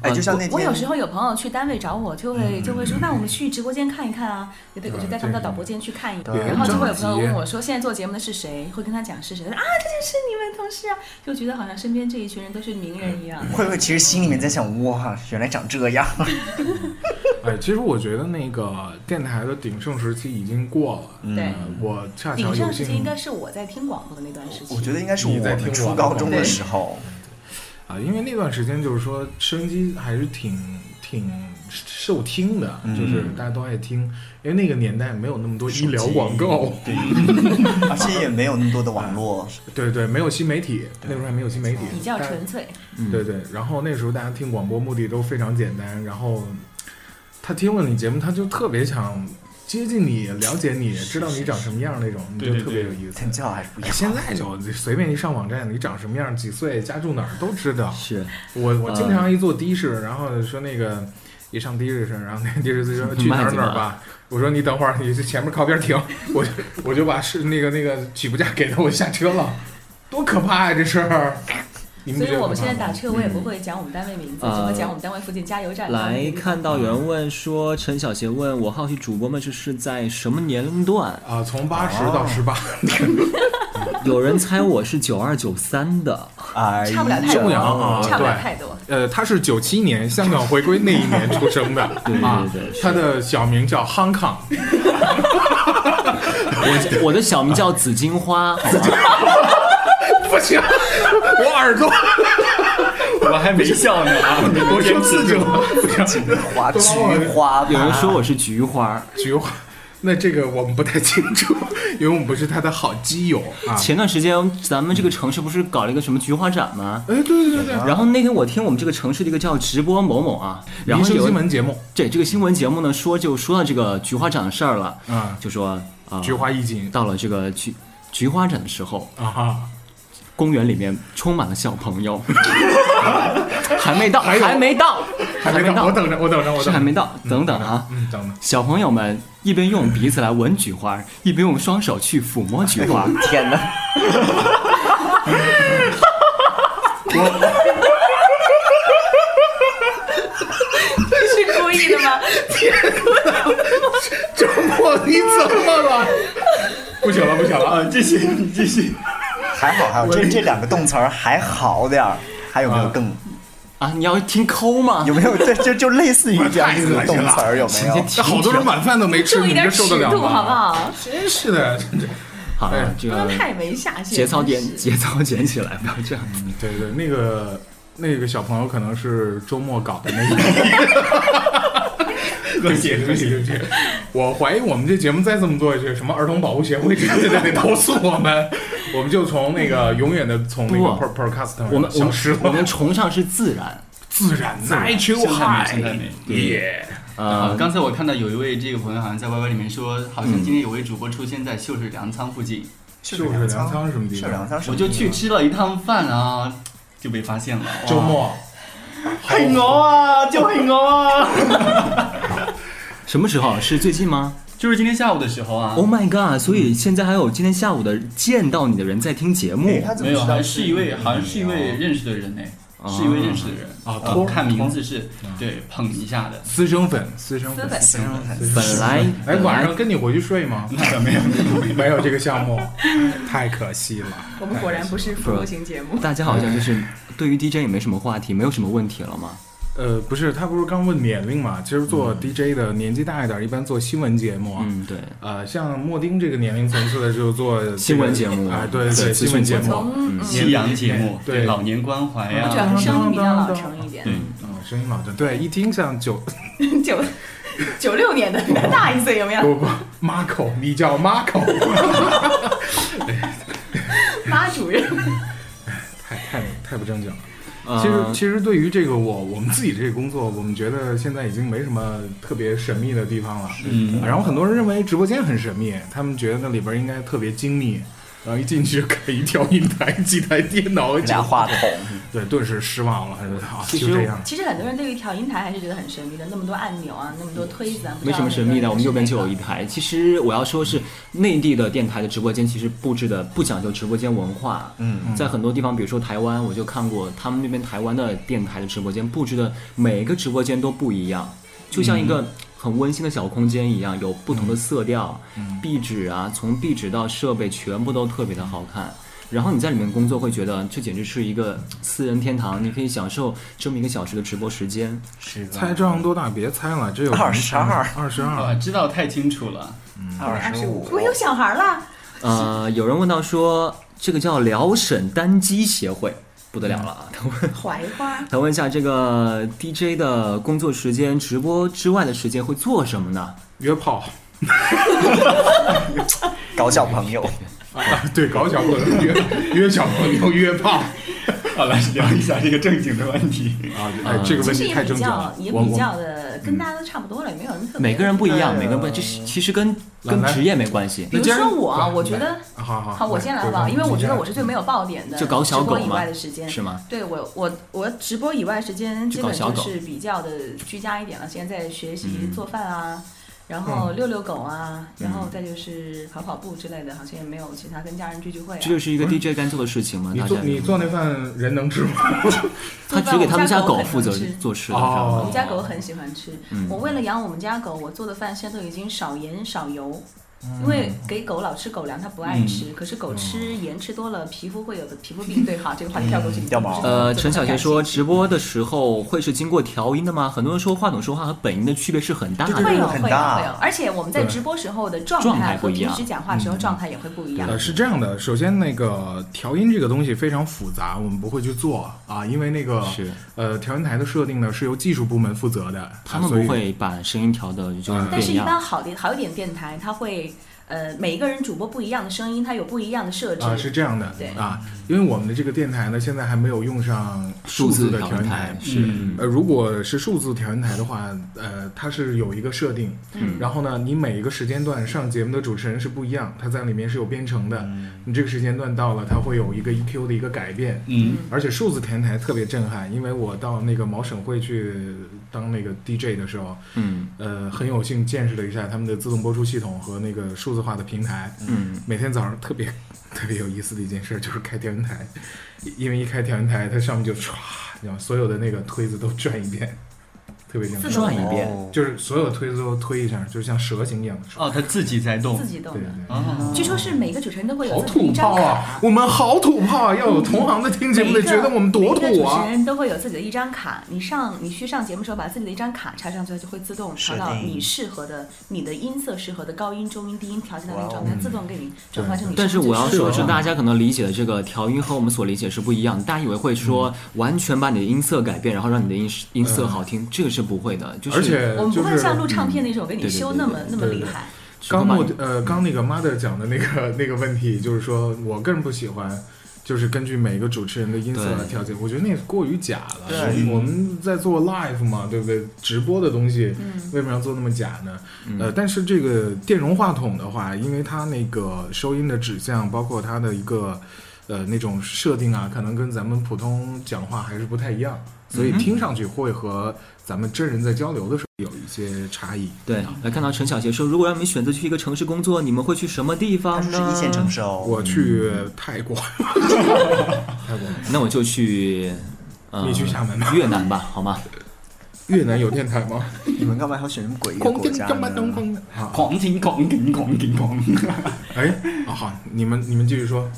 S7: 哎，就像那天
S6: 我有时候有朋友去单位找我，就会就会说，那我们去直播间看一看啊，我就我就带他们到导播间去看一看，
S7: 对
S6: 然后就会有朋友问我说，现在做节目的是谁？会跟他讲是谁，他说啊，这就是你们同事啊，就觉得好像身边这一群人都是名人一样。
S7: 会不会其实心里面在想，哇，原来长这样。
S2: 哎，其实我觉得那个电台的鼎盛时期已经过了。嗯
S6: 对，
S2: 我恰巧
S6: 顶
S2: 有
S6: 上时
S2: 幸
S6: 期应该是我在听广播的那段时期，
S7: 我觉得应该是我
S2: 你在听
S7: 们
S2: 我
S7: 初
S2: 的
S7: 高中
S2: 广
S7: 的
S2: 播
S7: 时候，
S2: 啊，因为那段时间就是说收音机还是挺挺受听的，就是大家都爱听，因为那个年代没有那么多医疗广告，
S7: 对，而且也没有那么多的网络。
S2: 对对，没有新媒体，那时候还没有新媒体，
S6: 比较
S2: 大家
S6: 纯粹。
S8: 嗯
S2: 对对，然后那时候大家听广播目的都非常简单，然后他听了你节目，他就特别想接近你、了解你、知道你长什么样那种，你
S8: 对
S2: 就
S8: 对
S2: 特别有意思
S7: 成。教还是不一
S2: 哎
S7: 样。
S2: 现在就随便一上网站，你长什么样、几岁、家住哪儿都知道。
S5: 是，
S2: 我我
S8: 嗯
S2: 经常一坐的士，然后说那个一上的士上，然后那个的士司机 说去哪儿哪儿吧。我说你等会儿，你前面靠边停，我就我就把是那个那个起步价给他，我下车了，多可怕呀、啊这事儿！你们
S6: 所
S2: 觉
S6: 以
S2: 得
S6: 我们
S2: 可
S6: 现
S2: 怕吗
S6: 在打车，我也不会讲我们单位名字，只会讲我们单位附近加油站。
S5: 来看到有人问说，陈小邪问我好奇主播们这是在什么年龄段？
S2: 啊，从八十
S5: 哦
S2: 到十八、
S5: 有人猜我是九二九三的，
S7: 哎呀，
S6: 差不了太多
S2: 重要啊，
S6: 差不了太多。
S2: 呃，他是九七年香港回归那一年出生的
S5: 对
S2: 啊
S5: 对对，是
S2: 他的小名叫 Hong Kong，
S5: 我我的小名叫紫 荆花，好吗
S2: 不行，我耳 朵，
S8: 我还没笑呢 啊！你
S2: 我
S8: 先
S2: 说自己了，不行，
S7: 花菊花吧。
S5: 有人说我是菊花。
S2: 菊花。那这个我们不太清楚，因为我们不是他的好基友啊。
S5: 前段时间咱们这个城市不是搞了一个什么菊花展吗？
S2: 哎，对对对对，
S5: 然后那天我听我们这个城市的一个叫直播某某啊，然
S2: 民
S5: 后
S2: 生
S5: 有
S2: 新闻节目，
S5: 对这个新闻节目呢说就说到这个菊花展的事儿了，
S2: 嗯
S5: 就说啊、呃
S2: 菊花一紧
S5: 到了这个菊菊花展的时候，
S2: 啊哈，
S5: 公园里面充满了小朋 友，还没到，
S2: 还有
S5: 还没到，
S2: 还没到，我等着，我等着，我
S5: 是
S2: 等
S5: 还
S2: 着，
S5: 没到，等等啊。
S2: 嗯，等着。
S5: 小朋友们一边用鼻子来闻菊花，一边用双手去抚摸菊
S2: 哎
S5: 花。
S7: 天哪，
S6: 是故意的吗？
S2: 周末你怎么了？ 不行了，不行了啊！
S8: 继续，你继续。
S7: 还好还好，这这两个动词儿还好点儿。还有没有
S2: 啊
S7: 更？
S5: 啊，你要听抠吗？
S7: 有没有？对，就就类似于这样子的动词儿，有没有？
S2: 那好多人晚饭都没吃，
S6: 注意
S2: 你
S6: 点
S2: 这
S6: 尺
S2: 受得了
S6: 度
S2: 吗？
S6: 好不？好？
S2: 真是的，
S5: 好
S2: 哎
S5: 了，这
S6: 不能
S5: 个
S6: 太没下限。
S5: 节操点
S6: 真是
S5: 节操捡起来，不
S2: 哎
S5: 要这样。
S2: 对对，那个那个小朋友可能是周末搞的那个。对不起，对不起，对不起，我怀疑我们这节目再这么做下去，什么儿童保护协会之类的得投诉我们，我们就从那个永远的从那个
S5: 不
S2: per percast
S5: 我们我
S2: 小
S5: 们
S2: 石头
S5: 我们崇尚是自然，
S2: 自然 natural
S8: 现在没，现
S2: high
S8: 在没。
S2: 耶，
S8: 啊，
S5: 呃，
S2: 嗯
S8: 刚才我看到有一位这个朋友好像在 YY 里面说，好像今天有位主播出现在秀水粮仓附近，
S2: 嗯就是粮仓是什么地
S7: 是
S2: 方？
S7: 粮仓是
S8: 我
S7: 吗，
S8: 就去吃了一趟饭啊，就被发现了。哇
S2: 周，末
S8: 系我啊，就系我啊，
S5: 什么时候？是最近吗
S8: 就是今天下午的时候啊。
S5: ？Oh my god！所以现在还有今天下午的见到你的人在听节目
S7: 哎他怎
S8: 没
S7: 么
S8: 有，
S7: 知道
S8: 好像是一位，好像是一位认识的人呢，是一位认识的人
S2: 哦啊嗯
S8: 呃
S2: 托
S8: 看名字是对捧一下的，
S2: 私生粉，私生粉，
S6: 私
S7: 粮仓
S5: 本 来
S2: 哎，
S5: 本
S2: 晚
S5: 来
S2: 上跟你回去睡吗？
S8: 那倒没有，
S2: 没有这个项目，太可惜了。
S6: 我们果然不是服务型节目。
S5: 大家好像就是对于 DJ 也没什么话题，没有什么问题了嘛。
S2: 呃，不是，他不是刚问年龄嘛？其实做 DJ 的年纪大一点，一般做新闻节目啊。
S5: 嗯，对，
S2: 呃，像莫丁这个年龄层次的，就做这个
S5: 新闻节目
S2: 哎，对对对，
S5: 对
S2: 新闻节
S5: 资讯
S2: 目，
S6: 从
S8: 夕阳节目，
S2: 对
S8: 老年关怀 啊
S6: 我主要
S8: 呀，
S6: 是声音比较老成一点，
S8: 对，
S2: 嗯，声音老正，对，一听像九
S5: 嗯
S6: 九九六年的比他大一岁，有没有？
S2: 不不，Marco，你叫 Marco，
S6: 妈主任，
S2: 太太太不正经了。
S5: 呃
S2: 其实，其实对于这个我我们自己这个工作，我们觉得现在已经没什么特别神秘的地方了。
S8: 嗯，
S2: 然后很多人认为直播间很神秘，他们觉得那里边应该特别精密，然后一进去看一条音台、几台电脑，
S7: 俩话筒，
S2: 对，顿时失望了。啊，
S5: 其
S2: 就
S5: 实
S2: 这样。
S6: 其实很多人对于调音台还是觉得很神秘的，那么多按钮啊，那么多推子啊，不知
S5: 嗯没
S6: 道
S5: 什么神秘的，我们右边就有一
S6: 哪个
S5: 台。其实我要说是，内地的电台的直播间其实布置的不讲究直播间文化。
S7: 嗯，
S5: 在很多地方，比如说台湾，我就看过他们那边台湾的电台的直播间布置的每一个直播间都不一样，就像一个很温馨的小空间一样，有不同的色调、壁纸啊，从壁纸到设备全部都特别的好看。然后你在里面工作会觉得这简直是一个私人天堂，你可以享受这么一个小时的直播时间。
S7: 是的
S2: 猜丈多大？别猜了，这有
S7: 22
S2: 二十
S8: 啊，
S2: 二。
S8: 知道太清楚了，
S7: 二十五，
S6: 我有小孩啦，
S5: 呃，有人问到说，这个叫辽沈单机协会，不得了了啊！他
S2: 嗯
S5: 问，
S6: 槐花。
S5: 他问一下这个 DJ 的工作时间，直播之外的时间会做什么呢？
S2: 约炮
S7: 搞小 朋友，
S2: 啊，对，搞小朋友约约小朋友约炮
S8: 好了，聊一下这个正经的问题。
S2: 啊，哎，这个
S6: 其
S2: 问
S6: 实
S2: 题
S6: 也
S2: 太
S6: 比
S2: 正经
S6: 较
S2: 了。
S6: 也
S2: 我
S6: 比较的，跟大家都差不多了，也没有什么特别的。
S5: 嗯每个人不一样，
S2: 对
S5: 每个人不一样，这是其实跟
S2: 懒
S5: 跟
S2: 懒嗯
S5: 职业没关系。
S6: 比如
S2: 那既然
S6: 说我啊，
S2: 来
S6: 我觉得
S2: 我好好
S5: 啊
S6: 好，我先来好不好？因为我觉得我是最没有爆点的，
S5: 就搞小狗
S6: 直播以
S5: 吗
S6: 外的时间
S5: 是吗？
S6: 对我，我我直播以外时间基
S5: 就
S6: 本
S5: 搞小
S6: 就
S5: 狗嗯
S6: 是比较的居家一点了。现在在学习做饭啊，然后遛遛狗啊，然后再就是跑跑步之类的，好像也没有其他跟家人聚聚会啊。
S5: 这就是一个 DJ 该做的事情嘛。
S2: 你
S5: 大
S2: 做
S5: 家
S2: 你做那饭人能吃吗？
S5: 他只给他们家狗负责
S6: 做饭我们家狗很能吃
S5: 做事的，知道
S6: 我
S5: 吗
S2: 哦
S6: 们家狗很喜欢吃，我为了养我们家狗，我做的饭现在都已经少盐少油。因为给狗老吃狗粮，它不爱吃。可是狗吃盐吃多了，皮肤会有的皮肤病。对，好，这个话题跳过去。你
S7: 掉毛
S5: 呃，陈小
S6: 杰
S5: 杰说，直播的时候会是经过调音的吗？很多人说话筒说话和本音的区别是很大
S7: 对
S6: 会
S7: 对
S5: 的。
S6: 有
S7: 很
S6: 会有
S7: 大
S6: 会有，而且我们在
S2: 对
S6: 直播时候的状
S5: 状
S6: 态
S5: 态
S6: 和
S5: 不一
S6: 平
S5: 样嗯
S6: 时讲话时候状态也会不一样。
S2: 呃，是这样的，首先那个调音这个东西非常复杂，我们不会去做啊，因为那个
S5: 是
S2: 呃调音台的设定呢是由技术部门负责的，
S5: 他们
S2: 啊所以
S5: 不会把声音调的就是
S2: 嗯
S6: 但是，
S5: 变
S6: 一般
S5: 样。
S6: 好的好一点电台，它会呃每一个人主播不一样的声音，它有不一样的设置。
S2: 啊，是这样的
S6: 对
S2: 啊，因为我们的这个电台呢，现在还没有用上数
S5: 数字
S2: 的
S5: 调
S2: 调
S5: 音
S2: 台
S5: 台，
S2: 是、呃，如果是数字调音台的话，呃，它是有一个设定，
S5: 嗯
S2: 然后呢，你每一个时间段上节目的主持人是不一样，他在里面是有编程的，
S5: 嗯
S2: 你这个时间段到了，它会有一个 EQ 的一个改变，
S8: 嗯，
S2: 而且数字电台特别震撼，因为我到那个毛省会去当那个 DJ 的时候，
S5: 嗯
S2: 呃，很有幸见识了一下他们的自动播出系统和那个数字化的平台。
S5: 嗯，
S2: 每天早上特别 特别有意思的一件事就是开调音台，因因为一开调音台，它上面就唰，然后所有的那个推子都转一遍，特别牛
S6: 自
S2: 逼，
S6: 动
S5: 转一遍，
S7: 哦
S2: 就是所有推都推一下，就像蛇形一样的。
S8: 哦，它自己在动
S6: 自，己动
S2: 对
S6: 的。
S2: 对
S6: 据说是每个主持人都会
S2: 对，
S6: 有
S2: 啊好
S6: 自己的
S2: 土
S6: 一张
S2: 炮
S6: 卡
S2: 啊，！我们好土炮啊！要有同行的 听节目的，觉得我们多
S6: 每一
S2: 土
S6: 个主持
S2: 啊！
S6: 人都会有自己的一张卡，你上你去上节目的时候，把自己的一张卡插上去，它就会自动调到
S7: 设定
S6: 你适合的、你的音色适合的高音、中音、低音调节到那个状态，自动给你转换成你。
S5: 但是我要说，
S2: 是
S5: 是
S2: 啊
S5: 大家可能理解的这个调音和我们所理解是不一样。大家以为会说完全把你的音色改变，然后让你的音音色好听，这个是不会的。就是
S2: 而且
S6: 我们不
S2: 就
S6: 会
S2: 是
S6: 像录唱片那种给你
S5: 对对
S6: 修
S5: 对
S6: 那么
S5: 对
S6: 那么
S2: 对
S6: 厉
S2: 对
S6: 害。
S5: 只会
S2: 刚
S5: 把
S2: 莫
S5: 你
S2: 呃，刚那个 mother 讲的那个那个问题，就是说我个人不喜欢，就是根据每个主持人的音色
S5: 对
S2: 来调节，我觉得那过于假了。
S7: 对
S2: 我们在做 live 嘛，对不对？直播的东西，为什么要做那么假呢？呃，但是这个电容话筒的话，因为它那个收音的指向，包括它的一个呃那种设定啊，可能跟咱们普通讲话还是不太一样，所以听上去会和咱们真人在交流的时候有一些差异。
S5: 对来看到陈小杰说，如果让你们选择去一个城市工作，你们会去什么地
S7: 他
S5: 方
S7: 说
S5: 呢？
S7: 是一线城市哦，
S2: 我去泰国，
S5: 那我就去，呃
S2: 你去厦门吧
S5: 越南吧，好吗？
S2: 越南有电台 吗？
S6: 嗯
S7: 你们干嘛还要选什么诡异的
S2: 狂
S7: 国
S2: 听
S7: 家
S2: 干嘛东
S7: 呢？
S2: 风的？好，
S8: 狂听狂听狂听狂听。
S2: 哎，啊好，你们你们继续说。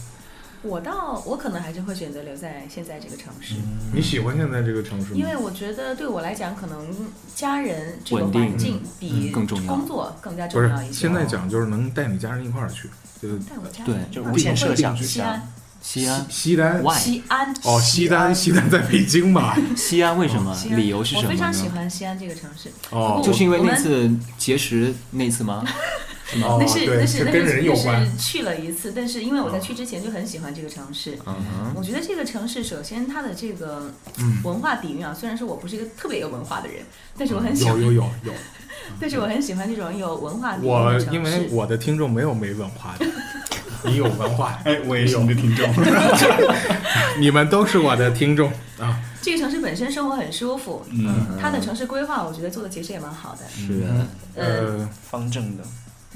S6: 我倒我可能还是会选择留在现在这个城市，
S5: 嗯
S2: 你喜欢现在这个城市吗？
S6: 因为我觉得对我来讲，可能家人这个
S5: 稳定
S6: 环境比
S5: 嗯更重要
S6: 工作更加
S2: 不
S6: 重
S2: 是
S6: 要一些。
S2: 现在，讲就是能带你家人一块儿去，就
S6: 但我家
S5: 对
S7: 就无限设想
S6: 西安，
S5: 西安
S2: 西单。
S5: ，why？
S6: 西安
S2: 哦，西单，西单在北京 吧？
S5: 西安为什
S2: 啊
S5: 么？
S6: 西安
S5: 理由是什么
S6: 我
S5: 呢？
S6: 非常喜欢西安这个城市，
S2: 哦，
S5: 就是因为
S6: 我们
S5: 那次结识那次吗？
S2: 哦
S6: 那是
S2: 对
S6: 那是
S2: 这
S6: 那
S2: 跟
S6: 是
S2: 人有
S6: 那
S2: 关哦
S6: 是。去了一次，但是因为我在去之前就很喜欢这个城市。
S5: 嗯哼，
S6: 我觉得这个城市，首先它的这个
S2: 嗯
S6: 文化底蕴啊，虽然说我不是一个特别有文化的人，但是我很喜
S2: 有
S6: 欢，
S2: 有有有，
S6: 但是我很喜欢这种有文化底蕴
S2: 我
S6: 的城市。
S2: 因为我的听众没有没文化 的，你有文化，
S8: 哎，我也是你的听众。
S2: 你们都是我的听 众啊。
S6: 这个城市本身生活很舒服，
S8: 嗯，
S6: 它的城市规划我觉得做的其实也蛮好的。
S5: 是
S6: 呃，
S2: 嗯呃，
S7: 方正的，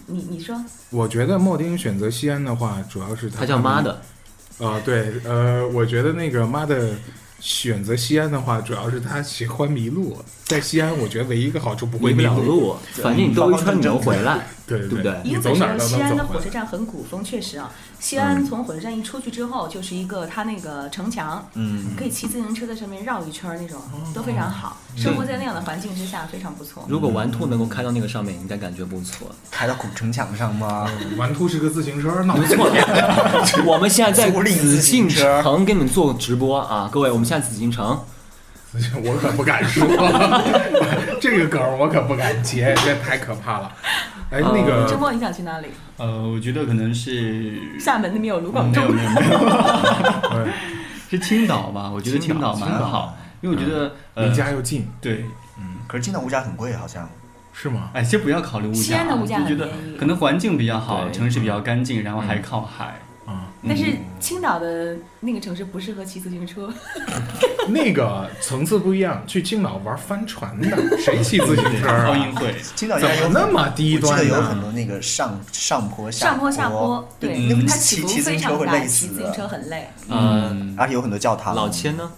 S6: 你你说
S2: 我觉得莫丁选择西安的话，主要是他
S5: 他叫妈的，
S2: 啊，对，呃，我觉得那个妈的选择西安的话，主要是他喜欢迷路，在西安，我觉得唯一一个好处不会
S5: 回不了
S2: 路，
S5: 路，反正你兜一圈你能回来。
S2: 对对
S5: 对不对
S2: 你
S6: 因
S2: 走
S6: 为
S2: 哪儿
S6: 本
S2: 都
S6: 身西
S2: 能走
S6: 安的火
S2: 回
S6: 车
S2: 来。
S6: 站很古风，确实啊，西安从火车站一出去之后，就是一个它那个城墙，
S7: 嗯，
S6: 可以骑自行车在上面绕一圈儿那种，都非常好。生活在那样的环境之下，非常不错。
S5: 如果玩兔能够开到那个上面，应该感觉不错。
S7: 开到古城墙上吗？
S6: 嗯
S2: 玩兔是个自行车， 闹错了。
S5: 我们现在在
S7: 租赁自
S5: 紫禁
S7: 行车
S5: 城给你们做直播啊，各位，我们现在紫禁城，
S2: 我可不敢说，这个梗儿我可不敢接，这太可怕了。哎，那
S6: 周
S2: 个
S6: 末你想去哪里？
S8: 呃，我觉得可能是
S6: 厦门那边有卢广
S8: 没有
S6: 仲，
S8: 没有没有，
S2: 呃
S8: 是青岛吧？我觉得青岛蛮
S2: 青岛
S8: 好，因为我觉得呃
S5: 嗯
S2: 离家又近，
S8: 对
S7: 可是青岛物价很贵，好像
S2: 是吗？
S8: 哎，先不要考虑物价啊，
S6: 西安的物价
S8: 就觉
S6: 很
S8: 得
S6: 便宜
S8: 可能环境比较好，
S5: 对
S8: 城市比较干净，然后还靠海。
S2: 啊，
S6: 但是青岛的那个城市不适合骑自行车。
S2: 那个层次不一样，去青岛玩帆船的，谁骑自行车
S8: 奥
S2: 啊
S8: 运？会，
S7: 青岛应
S2: 怎
S7: 该有
S2: 么
S7: 很
S2: 那么低
S7: 我
S2: 端
S7: 记得有很
S2: 呢？
S7: 多那个上上坡
S6: 上
S7: 坡
S6: 坡下坡，对，
S7: 那个
S6: 它起
S7: 骑
S6: 伏
S7: 骑自
S6: 非
S7: 行车
S6: 常
S7: 会
S6: 大，
S7: 累
S6: 骑
S7: 死
S6: 自行车
S7: 的，
S6: 很累。
S5: 嗯，
S7: 而且有很多教堂。
S5: 老千呢？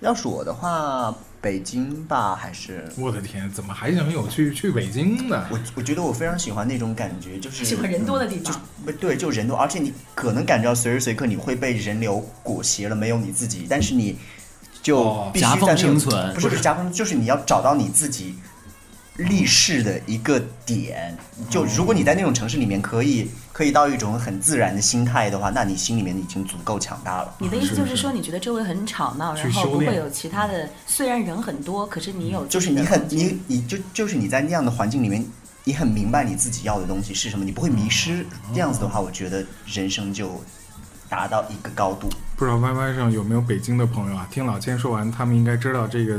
S7: 要是我的话，北京吧，还是
S2: 我的天，怎么还想有去去北京的？
S7: 我我觉得我非常喜欢那种感觉，就是
S6: 喜欢人多的地方，
S7: 不对，就人多，而且你可能感觉到随时随刻你会被人流裹挟了，没有你自己，但是你就
S2: 哦
S7: 必须
S5: 夹
S7: 在
S5: 缝
S7: 那种
S5: 生存
S7: 不是不是夹缝，就是你要找到你自己
S5: 哦
S7: 立世的一个点。就如果你在那种城市里面可以可以到一种很自然的心态的话，那你心里面已经足够强大了。
S6: 你的意思就是说，你觉得周围很吵闹，
S2: 去
S6: 然后
S2: 修
S6: 不
S2: 炼
S6: 会有其他的，虽然人很多，可是你有
S7: 嗯就是你很
S5: 嗯
S7: 你你就就是你在那样的环境里面，你很明白你自己要的东西是什么，你不会迷失。
S5: 哦
S7: 这样子的话，我觉得人生就达到一个高度。
S2: 不知道 YY 上有没有北京的朋友啊？听老千说完，他们应该知道这个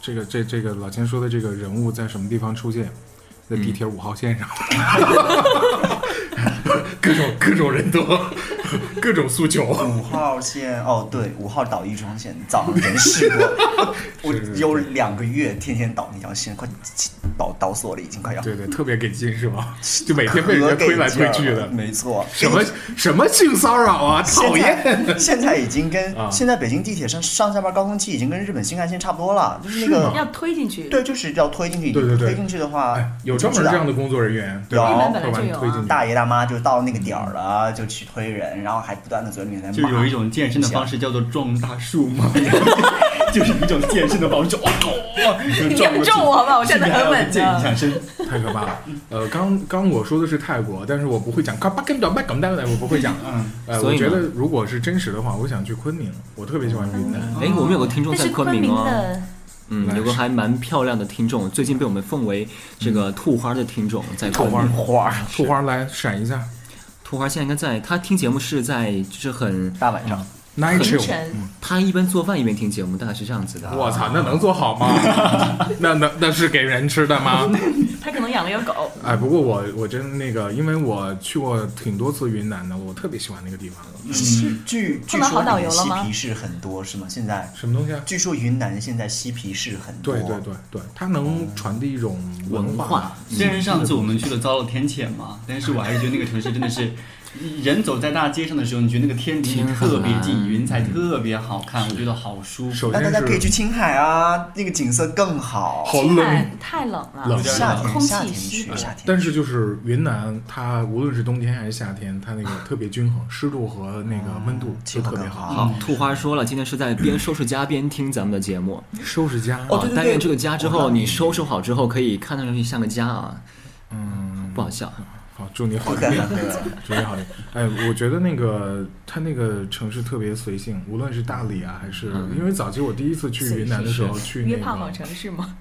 S2: 这个这这个老千说的这个人物在什么地方出现，在 地铁五号线上，各种各种人多，各种诉求。
S7: 五号线哦，对，五号倒一双线，早上人试过， 我
S2: 是是
S7: 有两个月天天倒那条线，快倒倒死我了，已经快要
S2: 对对，特别给劲是吧？就每天被人家推来推去的，
S7: 没错，
S2: 什么什么性骚扰啊，讨厌！
S7: 现在现在已经跟、
S2: 啊
S7: 现在北京地铁上上下班高峰期已经跟日本新干线差不多了，就是那个
S2: 啊
S6: 要推进去。
S7: 对，就是要推进去，
S2: 对对对
S7: 推进去的话，
S2: 哎，有专门这样的
S7: 的。
S2: 工作人员，对
S7: 有
S2: 吧？
S7: 日
S2: 会
S6: 本
S2: 把你
S6: 本来就有啊
S2: 推进去。
S7: 大爷大妈就到那个点儿了，就去推人，然后还不断的嘴里面在骂，
S8: 就有一种健身的方式叫做撞大树 嘛，就是一种健身的方式，哦，哦
S6: 你要撞我好不好我 站得很稳的
S8: 健一下身，
S2: 太可怕了。呃，刚刚我说的是泰国，但是我不会讲，嘎巴跟着麦梗蛋我不会讲。
S8: 嗯，
S2: 呃，
S5: 所
S2: 我
S5: 以呢
S2: 觉得如果是真实的话，我想去昆明，我特别喜欢云南。
S5: 哎，我们有个听众
S6: 但
S5: 在
S6: 是昆
S5: 明
S6: 明
S5: 哦，
S6: 的
S5: 嗯，有个还蛮漂亮的听众，最近被我们奉为这个兔花的听众，在
S2: 兔
S5: 昆
S2: 花
S5: 明。
S2: 花兔花来闪一下
S5: 兔花现在应该在，他听节目是在就是很，
S7: 大晚上，
S2: ，night
S6: 凌
S2: chill。
S6: 晨，
S5: 他一边做饭一边听节目，大概是这样子的。啊
S2: 我操，那能做好吗？那那那是给人吃的吗？
S6: 他可能养了有狗，
S2: 哎，不过我我真那个，因为我去过挺多次云南的，我特别喜欢那个地方。
S7: 是据据
S6: 碰到好导
S7: 说你们
S6: 游了
S7: 嬉
S6: 吗
S7: 皮士很多是吗？现在
S2: 什么东西啊？
S7: 据说云南现在嬉皮士很多，
S2: 对对对对，它能传递一种
S5: 文
S2: 化
S5: 化。，
S8: 虽然上次我们去了糟了天谴嘛，但是我还是觉得那个城市真的是，人走在大街上的时候，你觉得那个天离你特别
S5: 天很
S8: 近，
S5: 蓝
S8: 云彩特别好看，我觉得好舒服。
S2: 首
S7: 那大
S2: 先
S7: 家可以
S2: 是
S7: 去青海啊，那个景色更好。
S2: 好
S6: 青
S2: 冷
S6: 海，太冷了，
S2: 冷
S7: 夏
S6: 空
S7: 天，夏
S6: 气
S7: 天
S6: 稀
S7: 去，
S6: 薄。
S7: 夏天。
S2: 但是就是云南，它无论是冬天还是夏天，它那个特别均衡，湿度和那个温度
S7: 哦气
S2: 都
S7: 候
S2: 特别
S7: 更
S2: 好。
S7: 好。
S5: 兔花说了，今天是在边收拾家边听咱们的节目。
S2: 收拾家，啊
S7: 哦对对对
S5: 但愿这个家之
S7: 我
S5: 后，
S7: 看到
S5: 你收拾好之后可以看上去像个家啊，
S2: 嗯，
S5: 不好笑。
S2: 好，祝你好
S7: 不
S2: 运
S7: 敢，不 敢
S2: 祝你好运。哎，我觉得那个它那个城市特别随性，无论是大理啊，还是
S7: 嗯
S2: 因为早期我第一次去云南的时候，去那
S6: 约
S2: 个
S6: 炮好城市吗？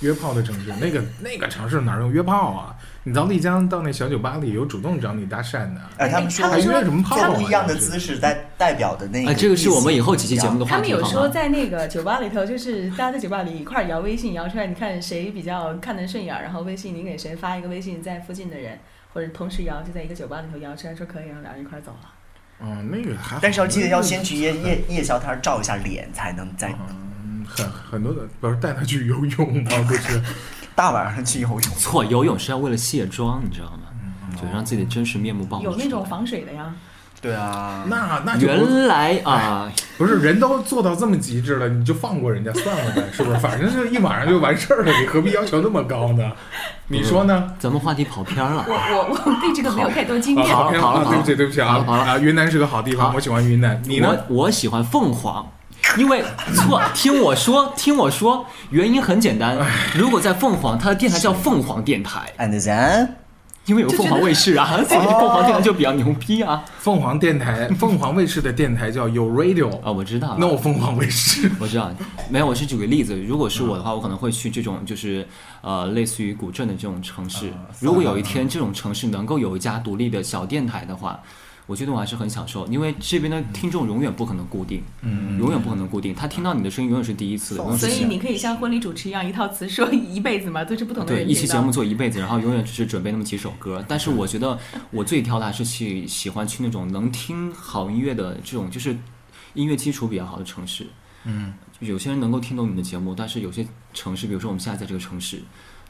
S2: 约炮的城市，那个那个城市哪用约炮啊？你到丽江到那小酒吧里有主动找你搭讪的，
S7: 哎，他们说
S2: 还约什么炮啊？
S7: 不一样的姿势代代表的那
S5: 哎，
S7: 个，
S5: 这个是我们以后几期节目的
S6: 他
S5: 话
S6: 们
S5: 题，
S6: 有
S5: 好
S6: 说
S5: 吗？
S6: 在那个酒吧里头，就是大家在酒吧里一块儿摇微信，摇出来，你看谁比较看得顺眼儿，然后微信你给谁发一个微信，在附近的人或者同时摇，就在一个酒吧里头摇出来，说可以，然后俩人一块儿走了。
S2: 嗯，那个还好，
S7: 但是要记得要先去夜夜夜宵摊照一下脸，才能在
S2: 嗯很很多的，不是带他去游泳吗？不是，
S7: 大晚上去游泳。
S5: 错，游泳是要为了卸妆，你知道吗？就让自己的真实面目暴露
S6: 有那
S5: 出
S6: 种
S5: 来
S6: 防水的呀，
S7: 对啊，
S2: 那那就不
S5: 原来啊，
S2: 不是人都做到这么极致了，你就放过人家算了呗，是不是？反正就一晚上就完事儿了，你何必要求那么高呢？你说呢？
S5: 咱们话题跑偏了
S6: 我。我我对这个没有太多经
S2: 啊，
S6: 验。
S2: 好
S5: 好了好
S2: 啊
S5: 了
S2: 对不起对不起啊
S5: 好了好了
S2: 啊！云南是个好地方，
S5: 好
S2: 我喜欢云南。 你呢？
S5: 我我喜欢凤凰，因为错，听我说，听我说，原因很简单。如果在凤凰，它的电台叫凤凰电台，
S7: and then
S5: 因为有凤凰卫视啊，所 以凤凰
S2: 哦
S5: 电台就比较牛逼啊。
S2: 凤凰电台，凤凰卫视的电台叫有 Radio，
S5: 啊，我知道了。
S2: 那我凤凰卫视。
S5: 我知道，没有，我是举个例子。如果是我的话，我可能会去这种就是呃，类似于古镇的这种城市。
S6: 啊
S5: 如果有一天这种城市能够有一家独立的小电台的话，我觉得我还是很享受，因为这边的
S6: 嗯
S5: 听众永远不可能固定，嗯，永远不可能固定，他听到你的声音永远是第一次，永远
S6: 所
S5: 是
S6: 以你可以像婚礼主持一样，一套词说一辈子嘛，都是不同的
S5: 对
S6: 人
S5: 一期
S6: 听
S5: 节
S6: 到
S5: 目。做一辈子，然后永远只是准备那么几首歌。但是我觉得我最挑的还是去喜欢去那种能听好音乐的这种，就是音乐基础比较好的城市。嗯，有些人能够听懂你的节目，但是有些城市，比如说我们现在在这个城市，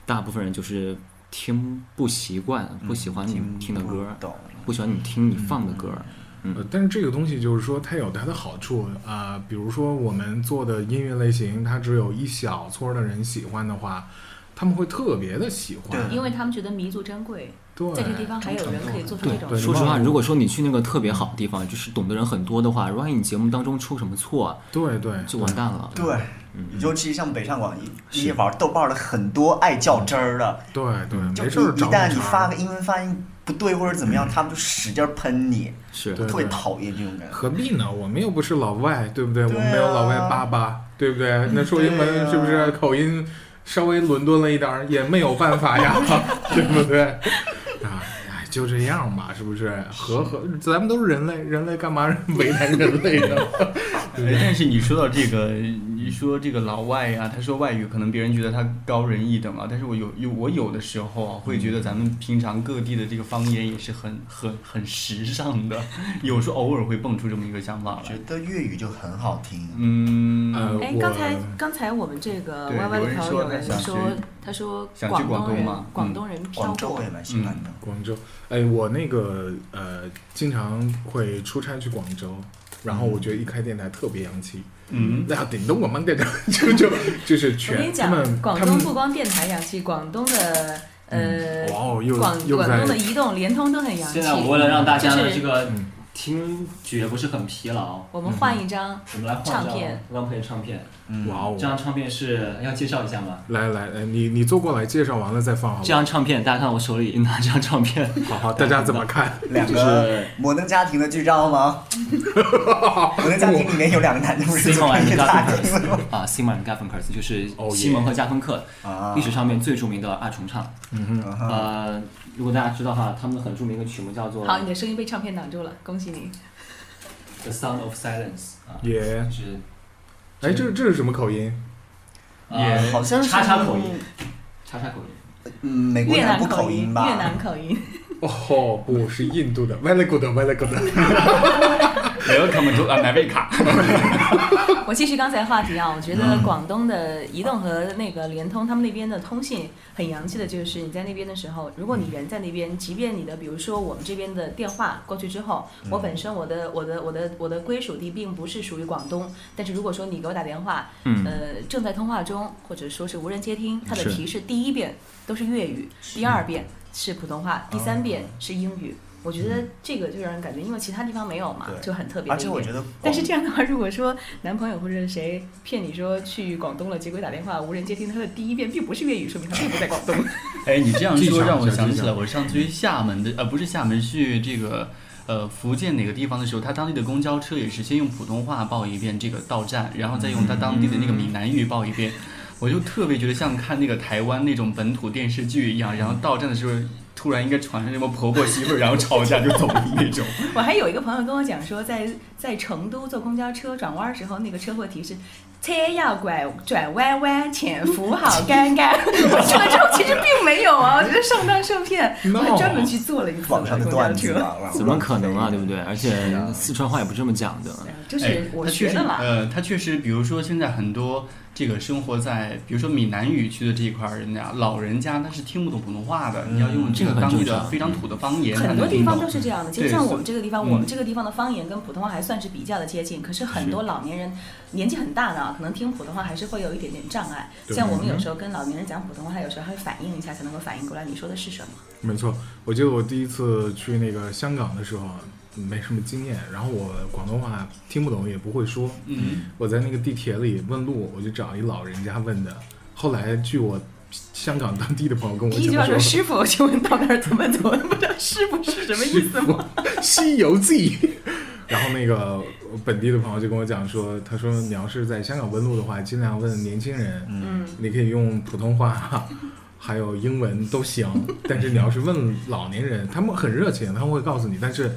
S5: 大部分人就是听不习惯，不喜欢你听的歌，
S7: 不懂
S5: 不喜欢你听你放的歌。
S2: 呃，但是这个东西就是说，它有它的好处啊、比如说我们做的音乐类型，它只有一小撮儿的人喜欢的话，他们会特别的喜欢。
S6: 因为他们觉得弥足珍贵，
S2: 对，
S6: 在这个地方还有人可以做出这种
S2: 对
S5: 说实话，如果说你去那个特别好的地方，就是懂的人很多的话，万一你节目当中出什么错，
S2: 对对，
S5: 就完蛋了。
S7: 对，
S2: 嗯
S7: 尤其像北上广，一一玩豆瓣儿的很多爱较真儿的，
S2: 对对，
S7: 就
S2: 没事儿
S7: 一一
S2: 找茬
S7: 旦你
S2: 儿
S7: 发个英文发音不对或者怎么样，他们就使劲儿喷你，
S5: 是
S2: 对
S7: 特别讨厌这种感觉。
S2: 何必呢？我们又不是老外，对不对？
S7: 对啊
S2: 我们没有老外爸爸，对不
S6: 嗯
S2: 对？那说英
S7: 对
S2: 文
S7: 啊
S2: 是不是口音稍微伦敦了一点儿，也没有办法呀， 对不对？啊，哎，就这
S6: 嗯
S2: 样吧，是不是？和和，咱们都是人类，人类干嘛为难人类呢？
S8: 哎但是你说到这个，你说这个老外呀、他说外语，可能别人觉得他高人一等啊。但是我有有我有的时候
S5: 嗯
S8: 啊，会觉得咱们平常各地的这个方言也是很很很时 尚的，有时候偶尔会蹦出这么一个想法来
S7: 觉。得粤语就很好听。
S8: 嗯，
S2: 呃，
S6: 哎，
S2: 我
S6: 刚才刚才我们这个
S8: 对
S6: Y Y
S8: 有
S6: 里
S8: 人
S6: 头
S8: 说
S6: 有
S8: 他
S6: 人
S8: 想
S6: 说
S8: 去，
S6: 他说
S8: 想去
S6: 广
S8: 广东
S6: 人
S8: 嘛嗯
S6: 广东人飘
S7: 广州
S6: 过
S7: 我也蛮喜欢的，
S2: 广州，哎，我那个呃，经常会出差去广州，然后我觉得一开电台特别洋气，
S8: 嗯，
S2: 那顶多我们这个 就就就是
S6: 我跟
S2: 全
S6: 你
S2: 他
S6: 讲，
S2: 们
S6: 广
S2: 他
S6: 东
S2: 们
S6: 不光电台洋气，广东的呃，
S2: 哇哦，又
S6: 广
S2: 又
S6: 广
S2: 在
S6: 东的移动、联通都很洋气。
S5: 现在我为了让大家
S6: 就
S5: 的
S6: 是
S5: 这个
S2: 嗯
S5: 听觉不是很疲劳，
S6: 我们换一张，
S5: 我们来换
S6: 唱
S5: 一张
S6: 片
S5: 浪费唱片。
S2: 哇
S5: 这
S2: 哦，
S5: 张唱片是要介绍一下吗？
S2: 来来来，你你坐过来介绍完了再放好
S5: 这
S2: 吧？
S5: 张唱片，大家看我手里拿这张唱片，
S2: 好好，大家怎么看？
S7: 两
S5: 就是
S7: 个摩登家庭的剧照吗？摩登家庭里面有两个男的不是
S5: Simon
S7: 穿
S5: and
S7: 越大厅
S5: Garfunkel 啊，Simon and Garfunkel 就是
S2: 哦耶
S5: 西蒙和加芬克，
S7: 啊
S5: 历史上面最著名的二重唱。
S7: 嗯哼
S5: 呃，如果大家知道的话，他们的很著名的曲目叫做
S6: 好，你
S5: 《
S6: 的声音被唱片挡住了，恭喜你。
S5: The Sound of Silence》啊，
S2: 耶
S5: 就，是
S2: 哎，这这是什么口音？
S5: 呃
S7: 好像是
S5: 叉叉口音，叉叉口音。
S7: 嗯，美国
S6: 越南
S7: 南部口
S6: 音，
S7: 音
S6: 越
S7: 吧
S6: 南？口音。
S2: 哦，不是印度的 v e l y good v e l y good，
S8: Welcome to America。
S6: 我继续刚才话题啊，我觉得
S7: 嗯
S6: 广东的移动和那个联通，他们那边的通信很洋气的，就是你在那边的时候，如果
S7: 嗯
S6: 你人在那边，即便你的比如说我们这边的电话过去之后，
S7: 嗯
S6: 我本身我的我的我的我的归属地并不是属于广东，但是如果说你给我打电话，
S5: 嗯
S6: 呃，正在通话中或者说是无人接听，它的
S5: 是
S6: 提示第一遍都是粤语，第二遍是普通话，第
S7: 哦
S6: 三遍是英语。我觉得这个就让人感觉，因为其他地方没有嘛
S7: 嗯对，
S6: 就很特别的
S7: 而
S6: 一点。
S7: 且我觉得，
S6: 但是这样的话，如果说男朋友或者是谁骗你说去广东了，结果打电话无人接听，他的第一遍并不是粤语，说明他并不在广东。
S8: 哎，你这样
S2: 技巧
S8: 说让我
S2: 小技
S8: 想起
S2: 巧
S8: 来，我上次去厦门的，呃，不是厦门，是这个呃福建哪个地方的时候，他当地的公交车也是先用普通话报一遍这个到站，然后再用他当地的那个闽南语报一遍，我就特别觉得像看那个台湾那种本土电视剧一样，然后到站的时候。突然一个床上什么婆婆媳妇儿，然后吵架就走了那种。
S6: 我还有一个朋友跟我讲说，在在成都坐公交车转弯儿时候，那个车祸提示。车要拐转弯弯，潜伏好尴尬。 我去了之后，其实并没有啊，我觉得上当受骗。我
S2: No
S6: 还专门去坐了一次
S7: 网上的
S6: 公交
S7: 段子
S6: 车，
S7: 吧，
S5: 怎么可能啊，对不对？而且四川话也不这么讲的。
S6: 哎就是我
S8: 他哎确
S6: 学
S8: 实
S6: 的嘛。
S8: 呃，他确实，比如说现在很多这个生活在，比如说闽南语区的这一块儿人家，老人家他是听不懂普通话的，你要用这
S5: 嗯这
S8: 个
S5: 个很
S8: 当地
S5: 正
S8: 的
S5: 常
S8: 非常土的方言才
S6: 很
S8: 能
S6: 多地
S8: 听
S6: 方
S8: 懂
S6: 都是这样的，其实
S8: 对
S6: 像
S8: 所
S6: 我们这个地方，
S8: 嗯
S6: 我们这个地方的方言跟普通话还算是比较的接近。可是很多老年人年纪很大呢，可能听普通话还是会有一点点障碍。
S2: 对嗯
S6: 像我们有时候跟老年人讲普通话，他有时候还会反应一下，才能够反应过来你说的是什么。
S2: 没错，我记得我第一次去那个香港的时候啊，没什么经验，然后我广东话听不懂，也不会说。
S8: 嗯，
S2: 我在那个地铁里问路，我就找一老人家问的。后来据我香港当地的朋友跟我
S6: 第一句话
S2: 讲
S6: 说
S2: 说，
S6: “师傅，请问到那儿怎么走？”不知道“师傅”是什么意思吗？
S2: 《 西游记》。 然后那个我本地的朋友就跟我讲说，他说你要是在香港问路的话，尽量问年轻人，
S6: 嗯，
S2: 你可以用普通话， 还有英文都行。但是你要是问老年人，他们很热情，他们会告诉你，但是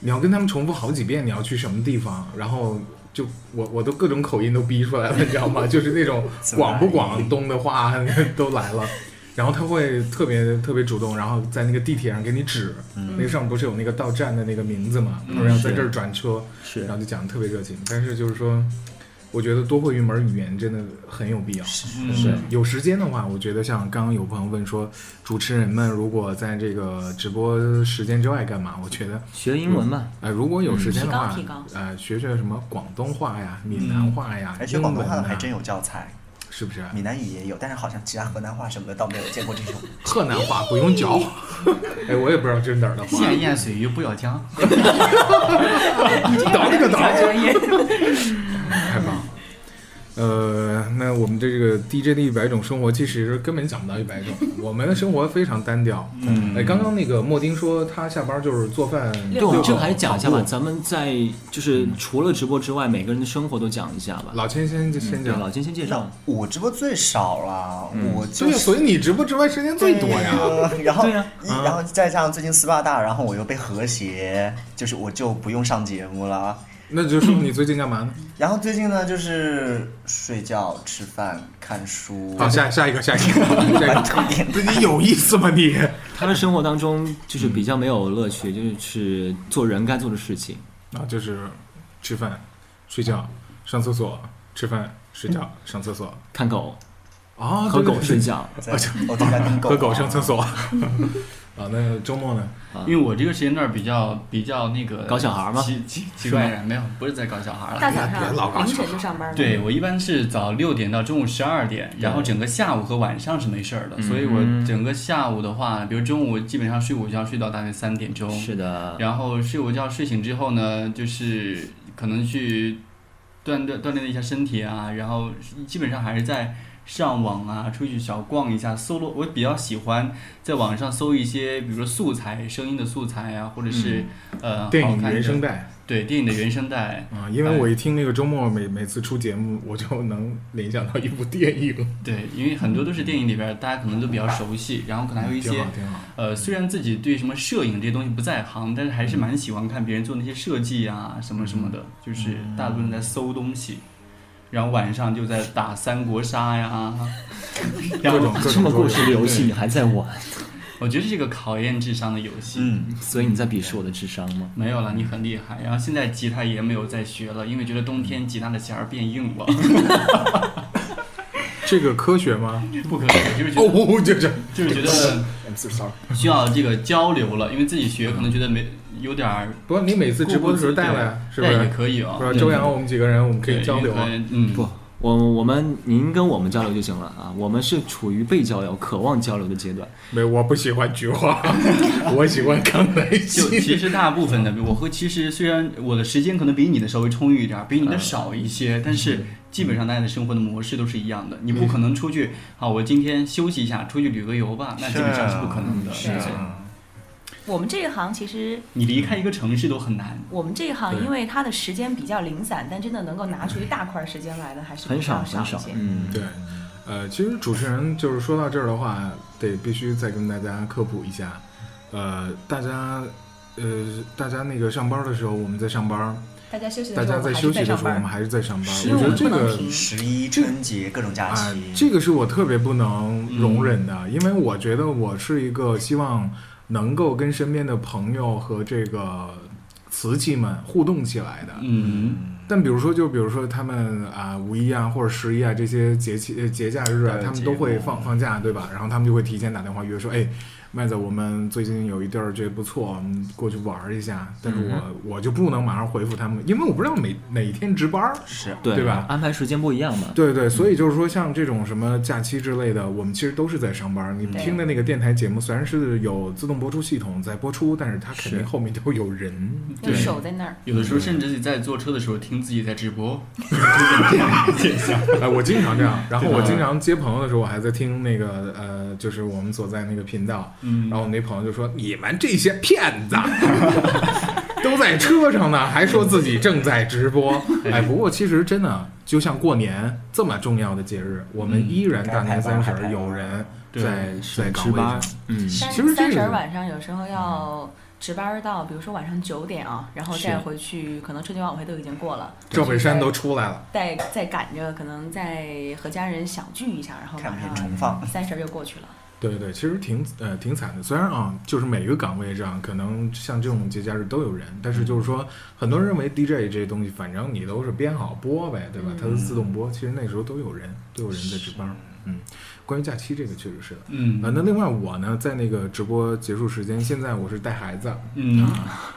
S2: 你要跟他们重复好几遍你要去什么地方，然后就我我都各种口音都逼出来了，你知道 吗？就是那种广不广东的话 都来了。然后他会特别特别主动，然后在那个地铁上给你指，那个上面不是有那个到站的那个名字嘛？他说要在这儿转车，
S5: 嗯是
S2: 然后就讲的特别热情。但是就是说，我觉得多会一门语言真的很有必要。
S8: 嗯
S5: 是
S2: 有时间的话，我觉得像刚刚有朋友问说，主持人们如果在这个直播时间之外干嘛？我觉得，
S5: 学英文嘛，
S2: 呃，如果有时间的话，
S6: 提高提
S2: 呃，学学什么广东话呀、闽南话呀、
S7: 而且
S2: 英文
S7: 哎广东话
S2: 啊
S7: 还真有教材，
S2: 是不是？
S7: 闽南语也有，但是好像其他河南话什么的倒没有见过这种。
S2: 河南话不用 教，哎，我也不知道这是哪儿的话。
S8: 闲言碎语不要讲。
S2: 倒了个倒，
S6: 专业。
S2: 太棒了。呃，那我们这个 DJ 的一百种生活，其实根本讲不到一百 种。我们的生活非常单调。嗯，哎，刚刚那个莫丁说他下班就是做饭，
S5: 对，哦我们
S2: 遛
S5: 这个
S2: 狗
S5: 还讲一下吧
S2: 跑。步
S5: 咱们在就是除了直播之外，每个人的生活都讲一下吧。
S2: 老千先先
S5: 嗯对，
S2: 讲
S5: 老，金先介绍
S7: 那。我直播最少了，我就
S2: 对呀，
S7: 是
S2: 所以你直播之外时间最多呀。
S7: 对 然后
S5: 对呀
S7: 一然后再加上最近斯巴达，然后我又被和谐，就是我就不用上节目了。
S2: 那就说你最近干嘛呢？
S7: 然后最近呢，就是睡觉、吃饭、看书。
S2: 好，啊下下一个，下一个，下
S7: 关
S2: 一
S7: 注
S2: 个。
S7: 电台
S2: 你有意思吗你？
S5: 他的生活当中就是比较没有乐趣，就是去做人该做的事情。
S2: 啊，就是吃饭、睡觉、上厕所、吃饭、睡觉、上厕所。
S5: 看狗、
S2: 啊，
S5: 和
S2: 对对
S5: 狗
S2: 对
S5: 睡觉，
S7: 在我在家 跟狗
S2: 和狗
S7: 啊
S2: 上厕所。啊，那周末呢？
S8: 因为我这个时间段比较比较那个
S5: 搞小孩儿吗
S8: 奇奇奇怪的，没有，不是在搞小孩
S6: 大
S8: 了。
S6: 早
S2: 别别老搞
S6: 上凌晨
S2: 笑
S6: 就上班了。
S8: 对，我一般是早六点到中午十二点，然后整个下午和晚上是没事儿的，
S5: 嗯
S8: 所以我整个下午的话，比如中午基本上睡午觉睡到大概三点钟，
S5: 是的，
S8: 然后睡午觉睡醒之后呢，就是可能去锻锻锻炼一下身体啊，然后基本上还是在上网啊，出去小逛一下，搜罗我比较喜欢在网上搜一些，比如说素材、声音的素材啊，或者是、呃
S2: 嗯电
S8: 好
S2: 影
S8: 看哎的
S2: 原声带
S8: 对电影的原声带，
S2: 啊，因为我一听那个周末每每次出节目，我就能联想到一部电影，
S8: 对，因为很多都是电影里边儿大家可能都比较熟悉，然后可能还有一
S2: 嗯挺
S8: 些
S2: 好挺好。
S8: 呃，虽然自己对什么摄影这些东西不在行，但是
S2: 嗯
S8: 还是蛮喜欢看别人做那些设计啊，什么什么的，就是
S2: 嗯
S8: 大部分在搜东西，然后晚上就在打三国杀呀，然
S2: 各种
S8: 后
S2: 各
S5: 这
S2: 种
S5: 么过
S2: 各
S5: 时
S2: 种
S5: 的游戏你还在玩，
S8: 我觉得这是个考验智商的游戏。
S7: 嗯，
S5: 所以你在鄙视我的智商吗？
S8: 没有了，你很厉害。然后现在吉他也没有再学了，因为觉得冬
S2: 嗯
S8: 天吉他的弦儿变硬 了，
S2: 这个科学吗？
S8: 不可能，就是觉
S2: 哦
S8: 得，
S2: 哦，哦就是
S8: 就是觉得
S7: I'm so sorry。
S8: 需要这个交流了，因为自己学可能觉得没有点儿
S2: 不，你每次直播的时候带来
S8: 了，
S2: 是不是？
S8: 也可以啊、
S2: 不是周洋，我们几个人我们可以交流啊
S8: 对。嗯，
S5: 不，我我们您跟我们交流就行了啊，我们是处于被交流、渴望交流的阶段。
S2: 没，我不喜欢菊花， 我喜欢康乃
S8: 就其
S2: 馨。
S8: 实大部分的，我和其实虽然我的时间可能比你的稍微充裕一点儿，比
S2: 嗯
S8: 你的少一些，但是基本上大家的生活的模式都是一样的。
S2: 嗯
S8: 你不可能出去，好，我今天休息一下，出去旅个游吧，那基本上是不可能的。
S6: 是啊
S8: 对
S6: 我们这一行其实，
S8: 你离开一个城市都很难。
S6: 我们这一行因为它的时间比较零散，但真的能够拿出一大块时间来的还是
S5: 很
S6: 比
S5: 少
S6: 较
S5: 很
S6: 一
S5: 少
S6: 些，。
S5: 嗯，
S2: 对，呃，其实主持人就是说到这儿的话，得必须再跟大家科普一下，呃，大家，呃，大家那个上班的时候，我们在上班，
S6: 大家休息
S2: 大
S6: 的时
S2: 家
S6: 候，
S2: 在
S6: 我们还
S2: 休
S6: 是
S2: 息
S6: 在
S2: 的时候，
S6: 上
S2: 我们
S6: 班。
S2: 还是在上班。
S6: 因
S2: 我
S6: 为
S2: 觉得这
S6: 我们不能
S2: 个
S6: 停。
S7: 十一春节各种假
S2: 啊、
S8: 哎
S7: 期，
S2: 这个是我特别不能
S6: 嗯
S2: 容忍的，因为我觉得我是一个希望能够跟身边的朋友和这个瓷器们互动起来的。
S8: 嗯，
S2: 但比如说，就比如说他们啊、五一啊或者十一啊这些节气呃节假日啊
S8: 还，有
S2: 他们
S8: 节
S2: 都会
S8: 目
S2: 放放假，对吧？然后他们就会提前打电话约说，哎，麦子，我们最近有一地儿觉得不错，我们过去玩儿一下。但是
S8: 嗯
S2: 我、我就不能马上回复他们，因为我不知道每哪一天值班儿。
S7: 是
S5: 对
S2: 对吧
S5: 安排时间不一样嘛。
S2: 对对，所以就是说，像这种什么假期之类的，我们其实都是在上班儿。你们听的那个电台节目，虽然是有自动播出系统在播出，但是它肯定后面都有人。
S6: 就守在那儿，
S8: 有的时候甚至在坐车的时候听自己在直播，
S2: 哎，我经常这样。然后我经常接朋友的时候，我还在听那个呃，就是我们所在那个频道。
S8: 嗯
S2: 然后我那朋友就说：“你们这些骗子， 都在车上呢，还说自己正在直播。”哎，不过其实真的，就像过年这么重要的节日，我们依然大年三十儿有人
S8: 对
S2: 在在岗
S5: 值
S2: 位
S5: 班
S2: 上。，
S5: 嗯，
S6: 但
S2: 其实这
S6: 是三十
S2: 个
S6: 儿晚上有时候要值班到，比如说晚上九点啊，然后再回去，可能春节晚会都已经过了，
S2: 赵本山都出来了，
S6: 再再赶着，可能再和家人小聚一下，然后
S7: 看
S6: 马
S7: 片
S6: 上
S7: 重放。
S6: 三十儿就过去了。
S2: 对对，其实挺呃挺惨的。虽然啊，就是每个岗位上可能像这种节假日都有人，但是就是说，很多人认为 DJ 这些东西，反正你都是编好播呗，对吧？它是自动播，其实那时候都有人，都有人在值班。嗯，关于假期这个确实是的。啊、
S8: 嗯
S2: 那另外我呢，在那个直播结束时间，现在我是带孩子，啊
S8: 嗯，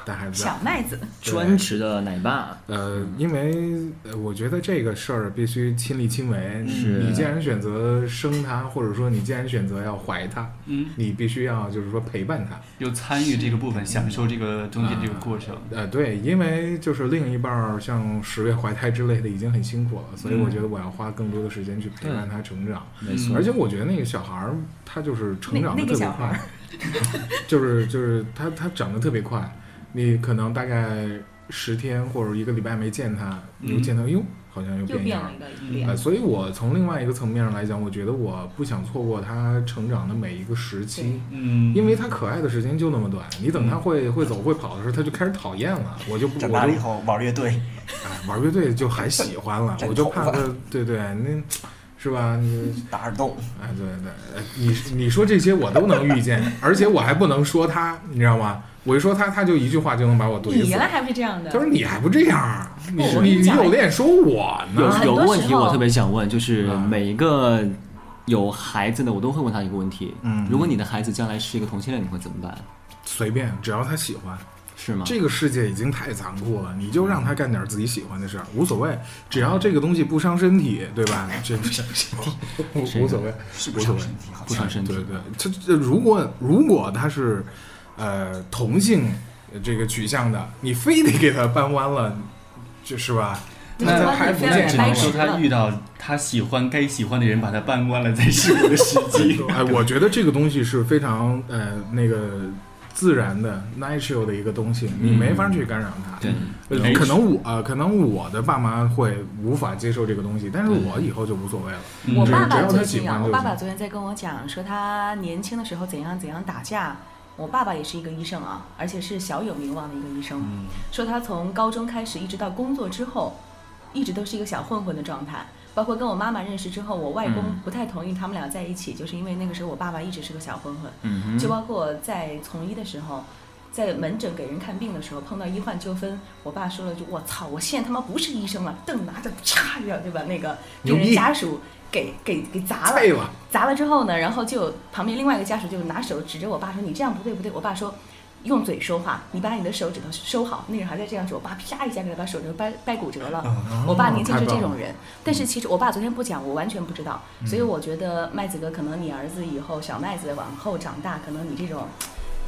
S2: 带孩子，
S6: 小麦子，
S5: 专职的奶爸，
S2: 呃，因为呃我觉得这个事儿必须亲力亲为。
S5: 嗯是
S2: 你既然选择生他，或者说你既然选择要怀他，
S8: 嗯，
S2: 你必须要就是说陪伴他。
S8: 又参与这个部分，享受这个中间这个过程。
S2: 呃，对，因为就是另一半儿像十月怀胎之类的已经很辛苦了，所以我觉得我要花更多的时间去陪伴他成长。
S5: 嗯没错
S2: 而且我觉得那个小孩儿他就是成长的特
S6: 那那个
S2: 别
S6: 小孩
S2: 快， 就是就是他他长得特别
S5: 嗯
S2: 快，你可能大概十天或者一个礼拜没见他，你就见到哟好像又
S6: 又
S2: 变
S6: 变
S2: 样
S6: 了
S2: 了
S6: 一。个脸。
S2: 呃，所以我从另外一个层面上来讲，我觉得我不想错过他成长的每一个时期，
S8: 嗯，
S2: 因为他可爱的时间就那么短，你等他
S6: 嗯
S2: 会会走会跑的时候，他就开始讨厌了，我就不
S7: 长
S2: 我
S7: 大
S2: 就
S7: 了以后玩乐队，
S2: 哎玩乐队就还喜欢 了，
S7: 真
S2: 我就
S7: 头
S2: 怕
S7: 发
S2: 他，对对，那是吧？你
S7: 打耳洞，
S2: 哎，对对，哎你你说这些我都能遇见，而且我还不能说他，你知道吗？我一说他，他就一句话就能把我怼
S6: 你
S2: 死
S6: 原。来还不是这样的
S2: 他，说你还不这样儿，你
S6: 不我跟
S2: 你
S6: 你
S2: 你
S6: 讲
S2: 有脸说我呢？
S5: 有有个问题我特别想问，就是
S2: 啊
S5: 每一个有孩子的，我都会问他一个问题：
S2: 嗯
S5: 如果你的孩子将来是一个同性恋，你会怎么办？
S2: 随便，只要他喜欢。
S5: 是吗？
S2: 这个世界已经太残酷了，你就让他干点自己喜欢的事儿，无所谓，只要这个东西不伤身体，对吧？这 无无所谓，无所谓，
S5: 不伤身体
S2: 对对，这这如果如果他是呃同性呃这个取向的，你非得给他扳弯了，就是吧？
S6: 那
S2: 那还不
S6: 那
S2: 见
S8: 只
S2: 成
S6: 掰
S8: 能
S6: 掰
S8: 说
S6: 直
S8: 他
S6: 了
S8: 遇到他喜欢该喜欢的人，把他办关了，在适合的时 机。
S2: 哎，我觉得这个东西是非常呃那个自然的 natural 的一个东西，你没法去干扰它。
S5: 嗯对
S2: 呃
S8: 没
S2: 可
S8: 事
S2: 能我、呃可能我的爸妈会无法接受这个东西，但是我以后就无所谓了。
S8: 嗯
S6: 我
S2: 只
S6: 爸
S2: 只
S6: 爸
S2: 要
S6: 最
S2: 他喜
S6: 近啊
S2: 欢，
S6: 我
S2: 就
S6: 爸爸
S2: 行。
S6: 昨天在跟我讲，说他年轻的时候怎样怎样打架。我爸爸也是一个医生啊，而且是小有名望的一个医生。
S2: 嗯
S6: 说他从高中开始一直到工作之后，一直都是一个小混混的状态。包括跟我妈妈认识之后，我外公
S5: 嗯
S6: 不太同意他们俩在一起，就是因为那个时候我爸爸一直是个小混混。
S5: 嗯哼，
S6: 就包括我在从医的时候，在门诊给人看病的时候，碰到医患纠纷，我爸说了一句：“我操，我现在他妈不是医生了！”瞪拿着嚓一下就把那个病
S2: 牛
S6: 人
S2: 逼
S6: 家属给给给砸了。
S2: 废了，
S6: 砸了之后呢，然后就旁边另外一个家属就拿手指着我爸说：“你这样不对不对。”我爸说。用嘴说话，你把你的手指头收好。那个人还在这样说，我爸啪一下给他把手指头掰掰骨折了。我爸年轻是这种人，
S2: 嗯
S6: 但是其实我爸昨天不讲，我完全不知道，所以我觉得麦子哥可能你儿子以后小麦子往后长大，可能你这种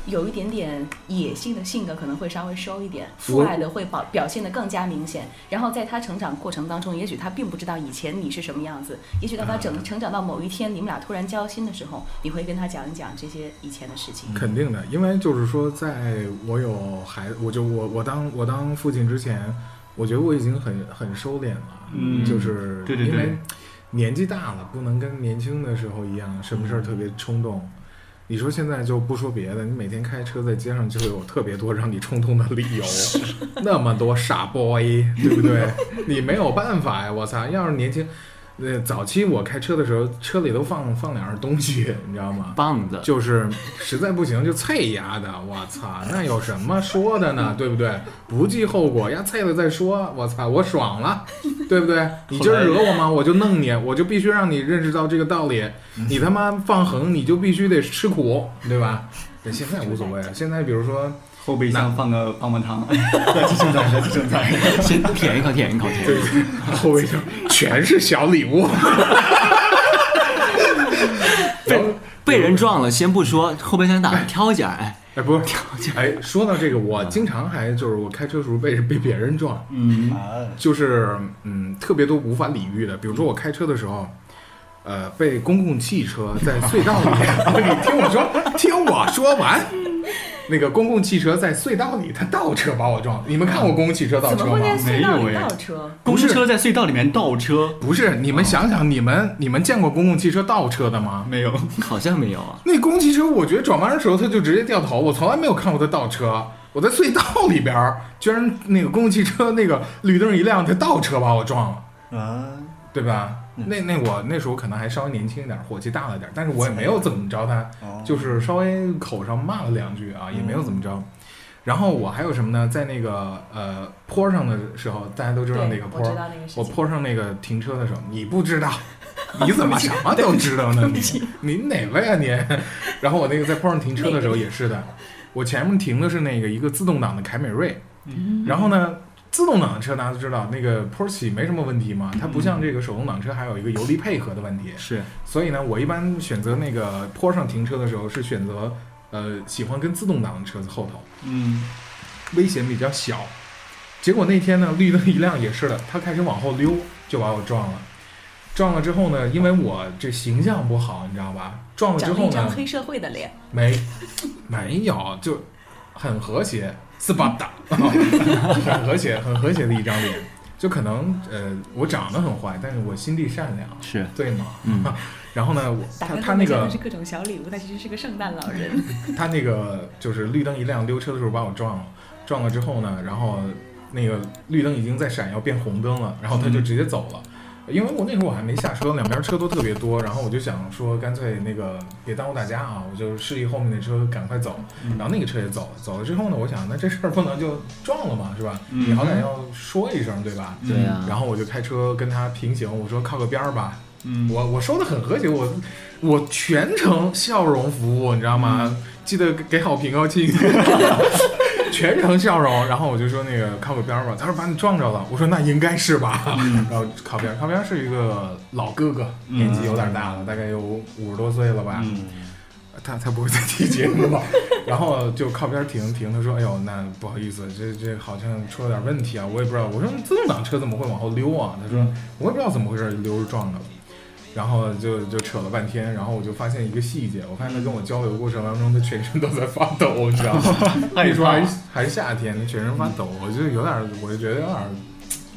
S6: 有一点点野性的性格可能会稍微收一点，父
S2: 我
S6: 爱的会表表现得更加明显。然后在他成长过程当中，也许他并不知道以前你是什么样子，也许到他
S2: 嗯
S6: 整成长到某一天，你们俩突然交心的时候，你会跟他讲一讲这些以前的事情。
S2: 肯定的，因为就是说，在我有孩我就我我当我当父亲之前，我觉得我已经很很收敛了，
S8: 嗯
S2: 就是
S8: 对对对
S2: 因为年纪大了，不能跟年轻的时候一样，什
S8: 嗯
S2: 么事儿特别冲动。你说现在就不说别的，你每天开车在街上就会有特别多让你冲动的理由，那么多傻 boy，对不对？你没有办法呀，我操！要是年轻，呃，早期我开车的时候，车里都放放两样东西，你知道吗？
S5: 棒的，
S2: 就是实在不行就啐丫的，我操，那有什么说的呢？对不对？不计后果，丫啐了再说，我操，我爽了，对不对？你今儿惹我吗？我就弄你，我就必须让你认识到这个道理。你他妈放横，你就必须得吃苦，对吧？但现在无所谓，现在比如说，
S8: 后备箱放个棒棒 糖，热气正在，热气正在。
S5: 先舔一口，舔一口，舔一口。
S2: 后备箱全是小礼物，
S5: 被被人撞了，先不说，后备箱打开挑一下，哎，
S2: 哎， 不是，哎，说到这个，我经常还就是我开车时候被被别人撞，
S8: 嗯，
S7: 啊，
S2: 就是嗯，特别多无法理喻的。比如说我开车的时候，呃，被公共汽车在隧道 里，你听我说，听我说完。那个公共汽车在隧道里，它倒车把我撞。你们看过公共汽车倒
S6: 怎
S2: 车
S6: 么会
S2: 吗？
S6: 在隧道
S8: 没
S6: 里
S8: 有哎
S6: 倒车？
S8: 公
S2: 是
S8: 车在隧道里面倒车，
S2: 不是，你们想想，你们你们见过公共汽车倒车的吗？
S8: 没有，
S5: 好像没有啊。
S2: 那公共汽车，我觉得转弯的时候它就直接掉头，我从来没有看过它倒车。我在隧道里边儿，居然那个公共汽车那个绿灯一亮，它倒车把我撞了。
S7: 啊，
S2: 对吧？
S6: 嗯
S2: 那那我那时候可能还稍微年轻一点，火气大了点，但是我也没有怎么着他，
S7: 哦
S2: 就是稍微口上骂了两句啊，也没有怎么
S6: 嗯
S2: 着。然后我还有什么呢？在那个呃坡上的时候，大家都知道那
S6: 对
S2: 个，
S6: 我
S2: 坡
S6: 知，道那个事
S2: 我
S6: 情。
S2: 坡上那个停车的时候，你不知 道，你怎么什么都知道呢？你你哪位啊你？ 然后我那个在坡上停车的时候也是的，我前面停的是那个一个自动挡的凯美瑞，
S6: 嗯
S2: 然后呢，自动挡的车大家都知道，那个坡起没什么问题嘛，
S6: 嗯
S2: 它不像这个手动挡车还有一个油离配合的问题，
S8: 是
S2: 所以呢，我一般选择那个坡上停车的时候是选择呃喜欢跟自动挡的车子后头，
S8: 嗯，
S2: 危险比较小。结果那天呢，绿灯一亮也是的，他开始往后溜，就把我撞了。撞了之后呢，因为我这形象不好，你知道吧？撞了之
S6: 长了
S2: 后
S6: 一张
S2: 呢，
S6: 黑社会的脸，
S2: 没没有，就 很和谐，斯巴达，很和谐，很和谐的一张脸。就可能呃，我长得很坏，但是我心地善良，
S8: 是
S2: 对吗？
S8: 嗯。
S2: 然后呢，我
S6: 打
S2: 他
S6: 开
S2: 他那
S6: 真
S2: 个
S6: 的是各种小礼物，但其实是个圣诞老人。
S2: 他那个就是绿灯一亮溜车的时候把我撞了，撞了之后呢，然后那个绿灯已经在闪耀变红灯了，然后
S8: 嗯
S2: 他就直接走了。因为我那时候我还没下车，两边车都特别多，然后我就想说，干脆那个别耽误大家啊，我就示意后面的车赶快走。
S8: 嗯
S2: 然后那个车也走了，走了之后呢，我想那这事儿不能就撞了嘛，是吧？
S8: 嗯
S2: 你好歹要说一声，对吧？
S8: 对
S5: 啊
S2: 然后我就开车跟他平行，我说靠个边儿吧，
S8: 嗯，
S2: 我我说的很和谐，我我全程笑容服务，你知道吗？
S8: 嗯
S2: 记得给给好评哦， 亲。 全程笑容，然后我就说那个靠个边儿吧，他说把你撞着了，我说那应该是吧， 然后靠边儿，靠边儿是一个老哥哥，
S8: 嗯
S2: 年纪有点大了，大概有五十多岁了吧，
S8: 嗯
S2: 他他不会再听节目吧？然后就靠边停停，他说：“哎呦，那不好意思，这这好像出了点问题啊，我也不知道。”我说：“自动挡车怎么会往后溜啊？”他说：“我也不知道怎么回事，溜着撞着了。”然后就就扯了半天，然后我就发现一个细节，我发现他跟我交流过程当中，他全身都在发抖，你知道吗？那时候还是还是夏天，他全身发抖，我就有点，我就觉得有点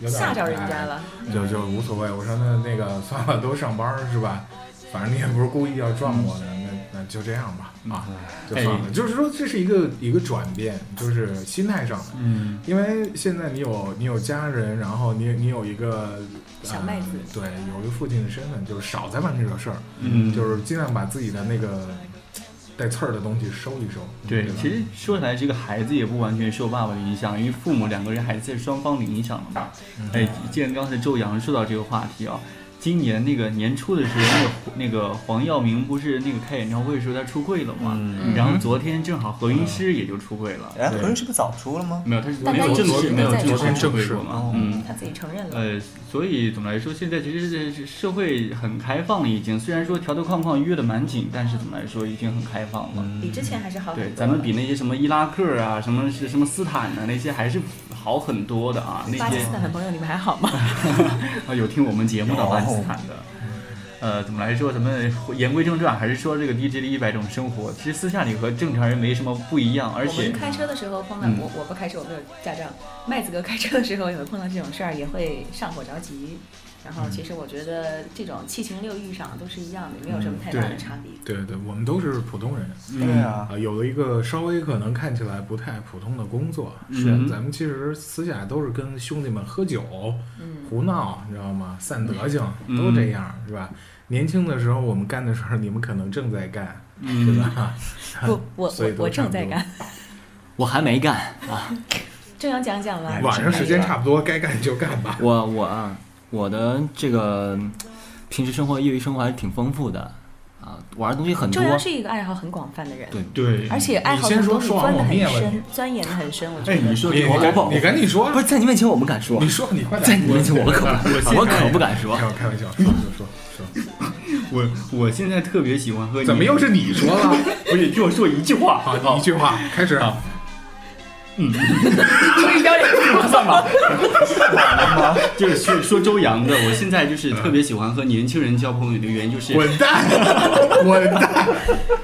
S2: 有点
S6: 吓着人家
S2: 哎
S6: 了。
S2: 就就无所谓。我说那那个算了，都上班儿是吧？反正你也不是故意要撞我的，那那就这样吧啊，
S8: 嗯
S2: 就算
S8: 哎
S2: 了。就是说这是一个一个转变，就是心态上的。
S8: 嗯
S2: 因为现在你有你有家人，然后你你有一个、呃
S6: 小妹子
S2: 对，有一个父亲的身份，就是少在外面惹事儿，
S8: 嗯，
S2: 就是尽量把自己的那个带刺儿的东西收一收。
S8: 对，
S2: 吧
S8: 其实说起来，这个孩子也不完全受爸爸的影响，因为父母两个人还是双方的影响的嘛。
S7: 嗯
S8: 哎，既然刚才周洋说到这个话题啊，今年那个年初的时候，那个那个黄耀明不是那个开演唱会的时候他出柜了嘛？
S7: 嗯
S8: 然后昨天正好何韵诗也就出柜了，
S7: 哎，何润是不是早出了吗？
S8: 没有，他是
S6: 但
S8: 没有
S6: 他
S8: 正
S6: 昨
S8: 式
S6: 天
S8: 没有
S6: 在
S8: 正
S2: 昨天
S8: 式出
S2: 正
S8: 柜
S2: 式
S8: 过嘛
S7: 哦？
S8: 嗯。
S6: 他自己承认了。
S8: 呃，所以总的来说，现在其实是是社会很开放了，已经虽然说条条框框约的蛮紧，但是总的来说已经很开放了。
S2: 嗯
S7: 嗯
S6: 比之前还是好很多
S8: 对，
S6: 了
S8: 咱们比那些什么伊拉克啊，什么是什么斯坦啊，那些还是好很多的啊。那
S6: 巴基
S8: 些
S6: 斯坦的朋友，你们还好吗？
S8: 啊，有听我们节目的巴基斯坦的。呃，怎么来说？咱们言归正传，还是说这个 DJ 的一百种生活。其实私下里和正常人没什么不一样，而
S6: 我们
S8: 且
S6: 开车的时候
S2: 嗯
S6: 碰到、我，我不开车，我没有驾照。麦子哥开车的时候也会碰到这种事儿，也会上火着急。然
S2: 嗯
S6: 后其实我觉得这种七情六欲上都是一样的，没有什么太大的
S8: 对
S6: 差别。
S2: 对对，我们都是普通人。
S7: 对啊，
S2: 啊，有了一个稍微可能看起来不太普通的工作，
S8: 是
S2: 咱们其实私下都是跟兄弟们喝酒、
S6: 嗯
S2: 胡闹，你知道吗？散德性，
S8: 嗯
S2: 都这样，是吧？年轻的时候我们干的事儿，你们可能正在干，是
S8: 嗯，
S2: 吧？
S6: 不，我
S2: 所以
S6: 我
S2: 都
S6: 我
S2: 差不
S6: 正在
S2: 多
S6: 干。
S5: 我还没干啊，
S6: 正阳讲讲吧。
S2: 晚上时间差不多，该干就干吧。
S5: 我我啊，我的这个嗯平时生活、业余生活还是挺丰富的啊，玩的东西很多
S6: 正。阳是一个爱好很广泛的人，
S5: 对
S2: 对
S6: 而且爱好
S2: 你先
S6: 很
S2: 说，
S6: 多，你
S2: 说完
S6: 钻
S2: 我
S6: 的很
S2: 灭了你
S6: 深。，钻研的很深。我觉
S8: 哎，
S6: 得
S8: 你说
S2: 你
S8: 我
S2: 你
S5: 我
S2: 赶你赶紧说啊，
S5: 不是在你面前我不敢说
S2: 你，说你快点，
S5: 在你面前我可
S8: 我
S5: 不，我可不敢说
S2: 开。玩开玩笑，说说说说，
S8: 我我现在特别喜欢喝。
S2: 怎么又是你说了？
S8: 不是，听我说一句话
S2: 好，
S8: 啊，
S2: 你一句话开始。
S8: 好
S5: 算吧，
S8: 就是说说周洋的，我现在就是特别喜欢和年轻人交朋友的原因就是，
S2: 滚蛋， 滚蛋！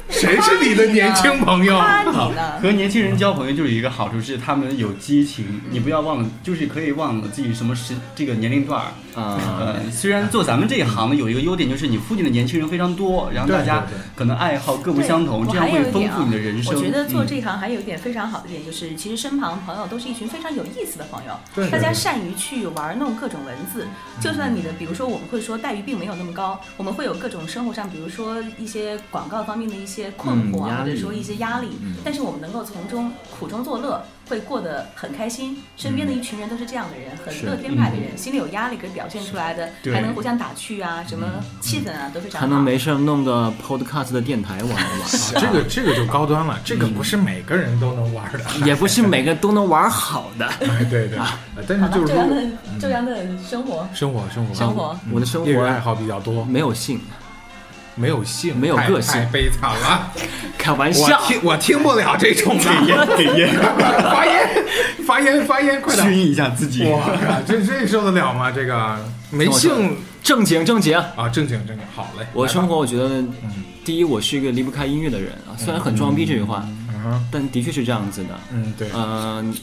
S2: 谁是你的年轻朋友？
S6: 夸你呢，
S8: 和年轻人交朋友就是有一个好处是他们有激情，你不要忘了，就是可以忘了自己什么时这个年龄段儿。
S5: 啊，
S8: 呃，虽然做咱们这一行的有一个优点就是你附近的年轻人非常多，然后大家
S2: 对对对
S8: 可能爱好各不
S6: 对
S8: 相同，
S6: 我
S8: 这样
S6: 还有
S8: 会
S6: 一
S8: 丰
S6: 点啊
S8: 富你的人生。
S6: 我觉得做
S8: 嗯
S6: 这一行还有一点非常好的一点，就是其实身旁朋友都是一群非常有意思的朋友，
S2: 对对
S6: 大家
S2: 对
S6: 善于去玩弄各种文字。就算你的，比如说我们会说待遇并没有那么高，我们会有各种生活上，比如说一些广告方面的一些困惑
S5: 嗯
S6: 啊，
S5: 压
S6: 或
S5: 力
S6: 者说一些压力
S5: 嗯，
S6: 但是我们能够从中苦中作乐。会过得很开心，身边的
S8: 嗯
S6: 一群人都是这样的人，很
S5: 是
S6: 乐天派的人，心里有压力可以表现出来的，
S8: 对嗯
S6: 还能互相打趣啊，什么气氛啊，都非常
S5: 还
S6: 好。
S5: 能没事儿弄个 podcast 的电台玩啊一 玩，
S2: 这个这个就高端了，这个不是每个人都能玩的。
S6: 嗯
S5: 也不是每个都能玩好的。
S2: 哎，对对，呃但是
S6: 啊好 吧
S2: 就是
S6: 周洋的
S2: 说嗯
S6: 周洋的生活，
S2: 生活生活
S6: 生活
S2: 嗯
S5: 我的生活
S2: 业余爱好比较多，
S5: 没有性，
S2: 没有性，
S5: 没有
S2: 太
S5: 个性
S2: 太悲惨了。
S5: 开玩 笑哎
S2: 我，听我听不了这 种的，
S8: 给烟
S2: 发言发言 发言，快
S8: 熏
S2: 点！
S8: 一下自己。
S2: 哇，这这受得了吗？这个没性
S5: 正经正经。
S2: 啊，正经正经，好嘞。
S5: 我生活，我觉得
S2: 嗯，
S5: 第一，我是一个离不开音乐的人啊，虽然很装逼这句话，
S2: 嗯哼，
S5: 但的确是这样子的。呃
S2: 嗯对，
S5: 嗯，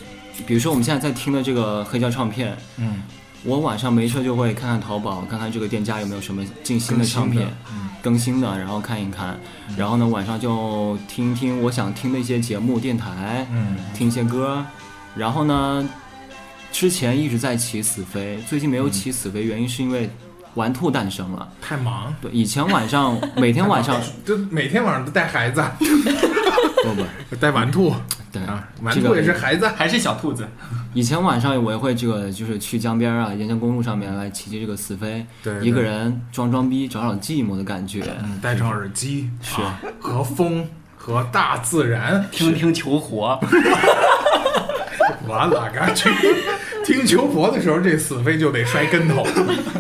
S5: 比如说我们现在在听的这个黑胶唱片，
S2: 嗯
S5: 我晚上没事就会看看淘宝，看看这个店家有没有什么进新的唱
S2: 更新
S5: 片
S2: 的，嗯
S5: 更新的，然后看一看。然后呢，晚上就听一听我想听的一些节目、电台，
S2: 嗯，
S5: 听一些歌。然后呢，之前一直在起死飞，最近
S2: 嗯
S5: 没有起死飞，原因是因为玩兔诞生了。
S2: 太忙，
S5: 对，以前晚上每天晚上
S2: 就每天晚上都带孩子，啊
S5: 不不
S2: 带玩兔
S5: 对
S2: 啊，玩
S5: 这
S2: 兔
S5: 个
S2: 也是孩子，
S8: 还是小兔子，
S5: 以前晚上我也会这个，就是去江边啊、沿江公路上面来骑骑这个死飞，
S2: 对
S5: 一个
S2: 对
S5: 人装装逼、找找寂寞的感觉。
S2: 嗯戴上耳机
S5: 是
S2: 啊和风和大自然，
S8: 听听求活，
S2: 完了，嘎 去听球婆的时候，这死飞就得摔跟头，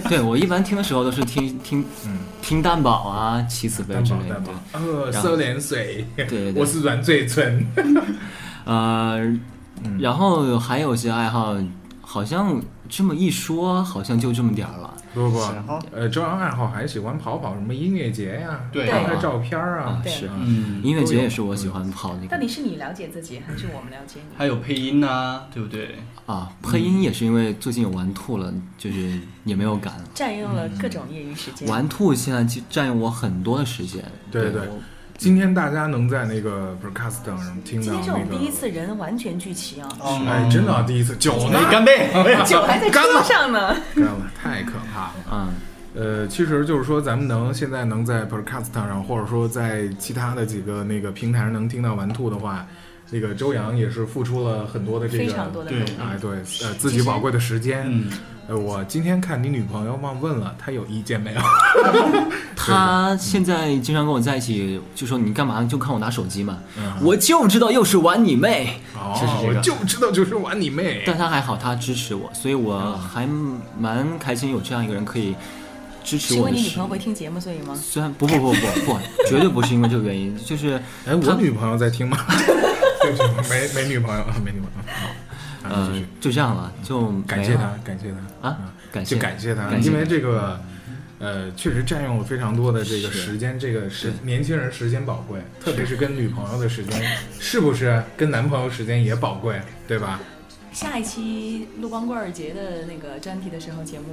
S5: 对我一般听的时候都是听听
S2: 嗯
S5: 听蛋堡啊、骑死飞
S2: 担
S5: 之
S2: 保
S5: 类的
S2: 担。保，呃，
S5: 然后
S2: 收点水，
S5: 对对
S2: 我是软嘴唇，
S5: 呃，
S2: 嗯
S5: 然后还有一些爱好，好像这么一说，好像就这么点儿了。
S2: 不不
S7: 然后
S2: 呃，周洋爱好还喜欢跑跑什么音乐节呀，
S8: 对
S2: 拍
S6: 对
S2: 拍照片啊
S5: 啊，
S6: 对
S5: 是
S8: 嗯，
S5: 音乐节也是我喜欢跑那
S6: 到
S5: 个
S6: 底是你了解自己，还是我们了解你？
S8: 还有配音呐、对不对？
S5: 啊，配音也是因为最近有玩吐了，就是也没有赶了。
S6: 占用了各种业余时间。
S5: 玩吐现在就占用我很多的时间。
S2: 对
S5: 对
S2: 对
S5: 我
S2: 今天大家能在那个 broadcast 上听
S6: 今
S2: 到
S6: 天是我
S2: 那
S6: 们
S2: 个
S6: 第，一次人完全聚齐啊，
S8: 哦
S2: 哎，真的第一次，酒呢？
S8: 干杯！
S6: 酒还在桌上呢。
S2: 干了，太可怕了。
S5: 嗯，
S2: 呃，其实就是说，咱们能现在能在 Podcast 上，或者说在其他的几个那个平台上能听到玩兔的话，那个周洋也是付出了很多的这个，
S6: 非常多的
S8: 对
S6: 努力
S2: 哎，对，呃，自己宝贵的时间。
S8: 嗯，
S2: 呃，我今天看你女朋友忘问了，她有意见没有？
S5: 他现在经常跟我在一起，就说你干嘛就看我拿手机嘛，
S2: 嗯
S5: 我就知道又是玩你妹，就是这
S2: 哦我
S5: 个。
S2: 就知道就是玩你妹。
S5: 但他还好，他支持我，所以我还蛮开心有这样一个人可以支持
S6: 是因
S5: 我
S6: 为
S5: 的
S6: 你女
S5: 事
S6: 朋。友会听节目，所以吗？
S5: 虽然不不不不不，绝对不是因为这个原因，就是
S2: 哎，我
S5: 她
S2: 女朋友在听吗？ 对不起，没没女朋友，没女朋友。好， 啊继
S5: 呃
S2: 续
S5: 就这样了，就没
S2: 感谢
S5: 了
S2: 她，感谢她。
S5: 啊，感谢
S2: 就感谢他，
S5: 感谢
S2: 因为这个，呃，确实占用了非常多的这个时间，这个时年轻人时间宝贵，特别是跟女朋友的时间， 是不是跟男朋友时间也宝贵，对吧？
S6: 下一期陆光棍儿节的那个专题的时候节目，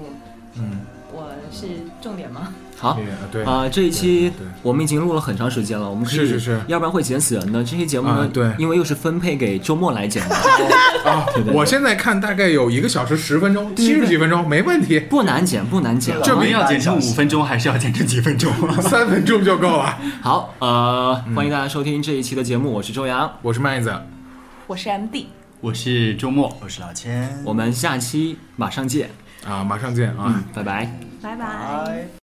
S2: 嗯，
S6: 我是重点吗？
S5: 好
S2: 也对
S5: 啊、这一期
S2: 对对
S5: 我们已经录了很长时间了，我们可以
S2: 是是是
S5: 要不然会剪死人的。这期节目呢，
S2: 啊对
S5: 因为又是分配给周末来剪的，
S2: 啊，我现在看大概有一个小时十分钟，七十几分钟没问题，
S5: 不难剪，不难剪。
S8: 这
S2: 这
S8: 我
S2: 比
S8: 们要剪成五分钟，还是要剪成几分钟？
S2: 三分钟就够了。
S5: 好，呃，
S2: 嗯
S5: 欢迎大家收听这一期的节目，我是周洋，
S2: 我是麦子，
S6: 我是 MD。
S8: 我是周末。
S7: 我是老千，
S5: 我们下期马上见，
S2: 啊，马上见啊。
S5: 拜拜。
S6: 拜拜。
S7: 拜。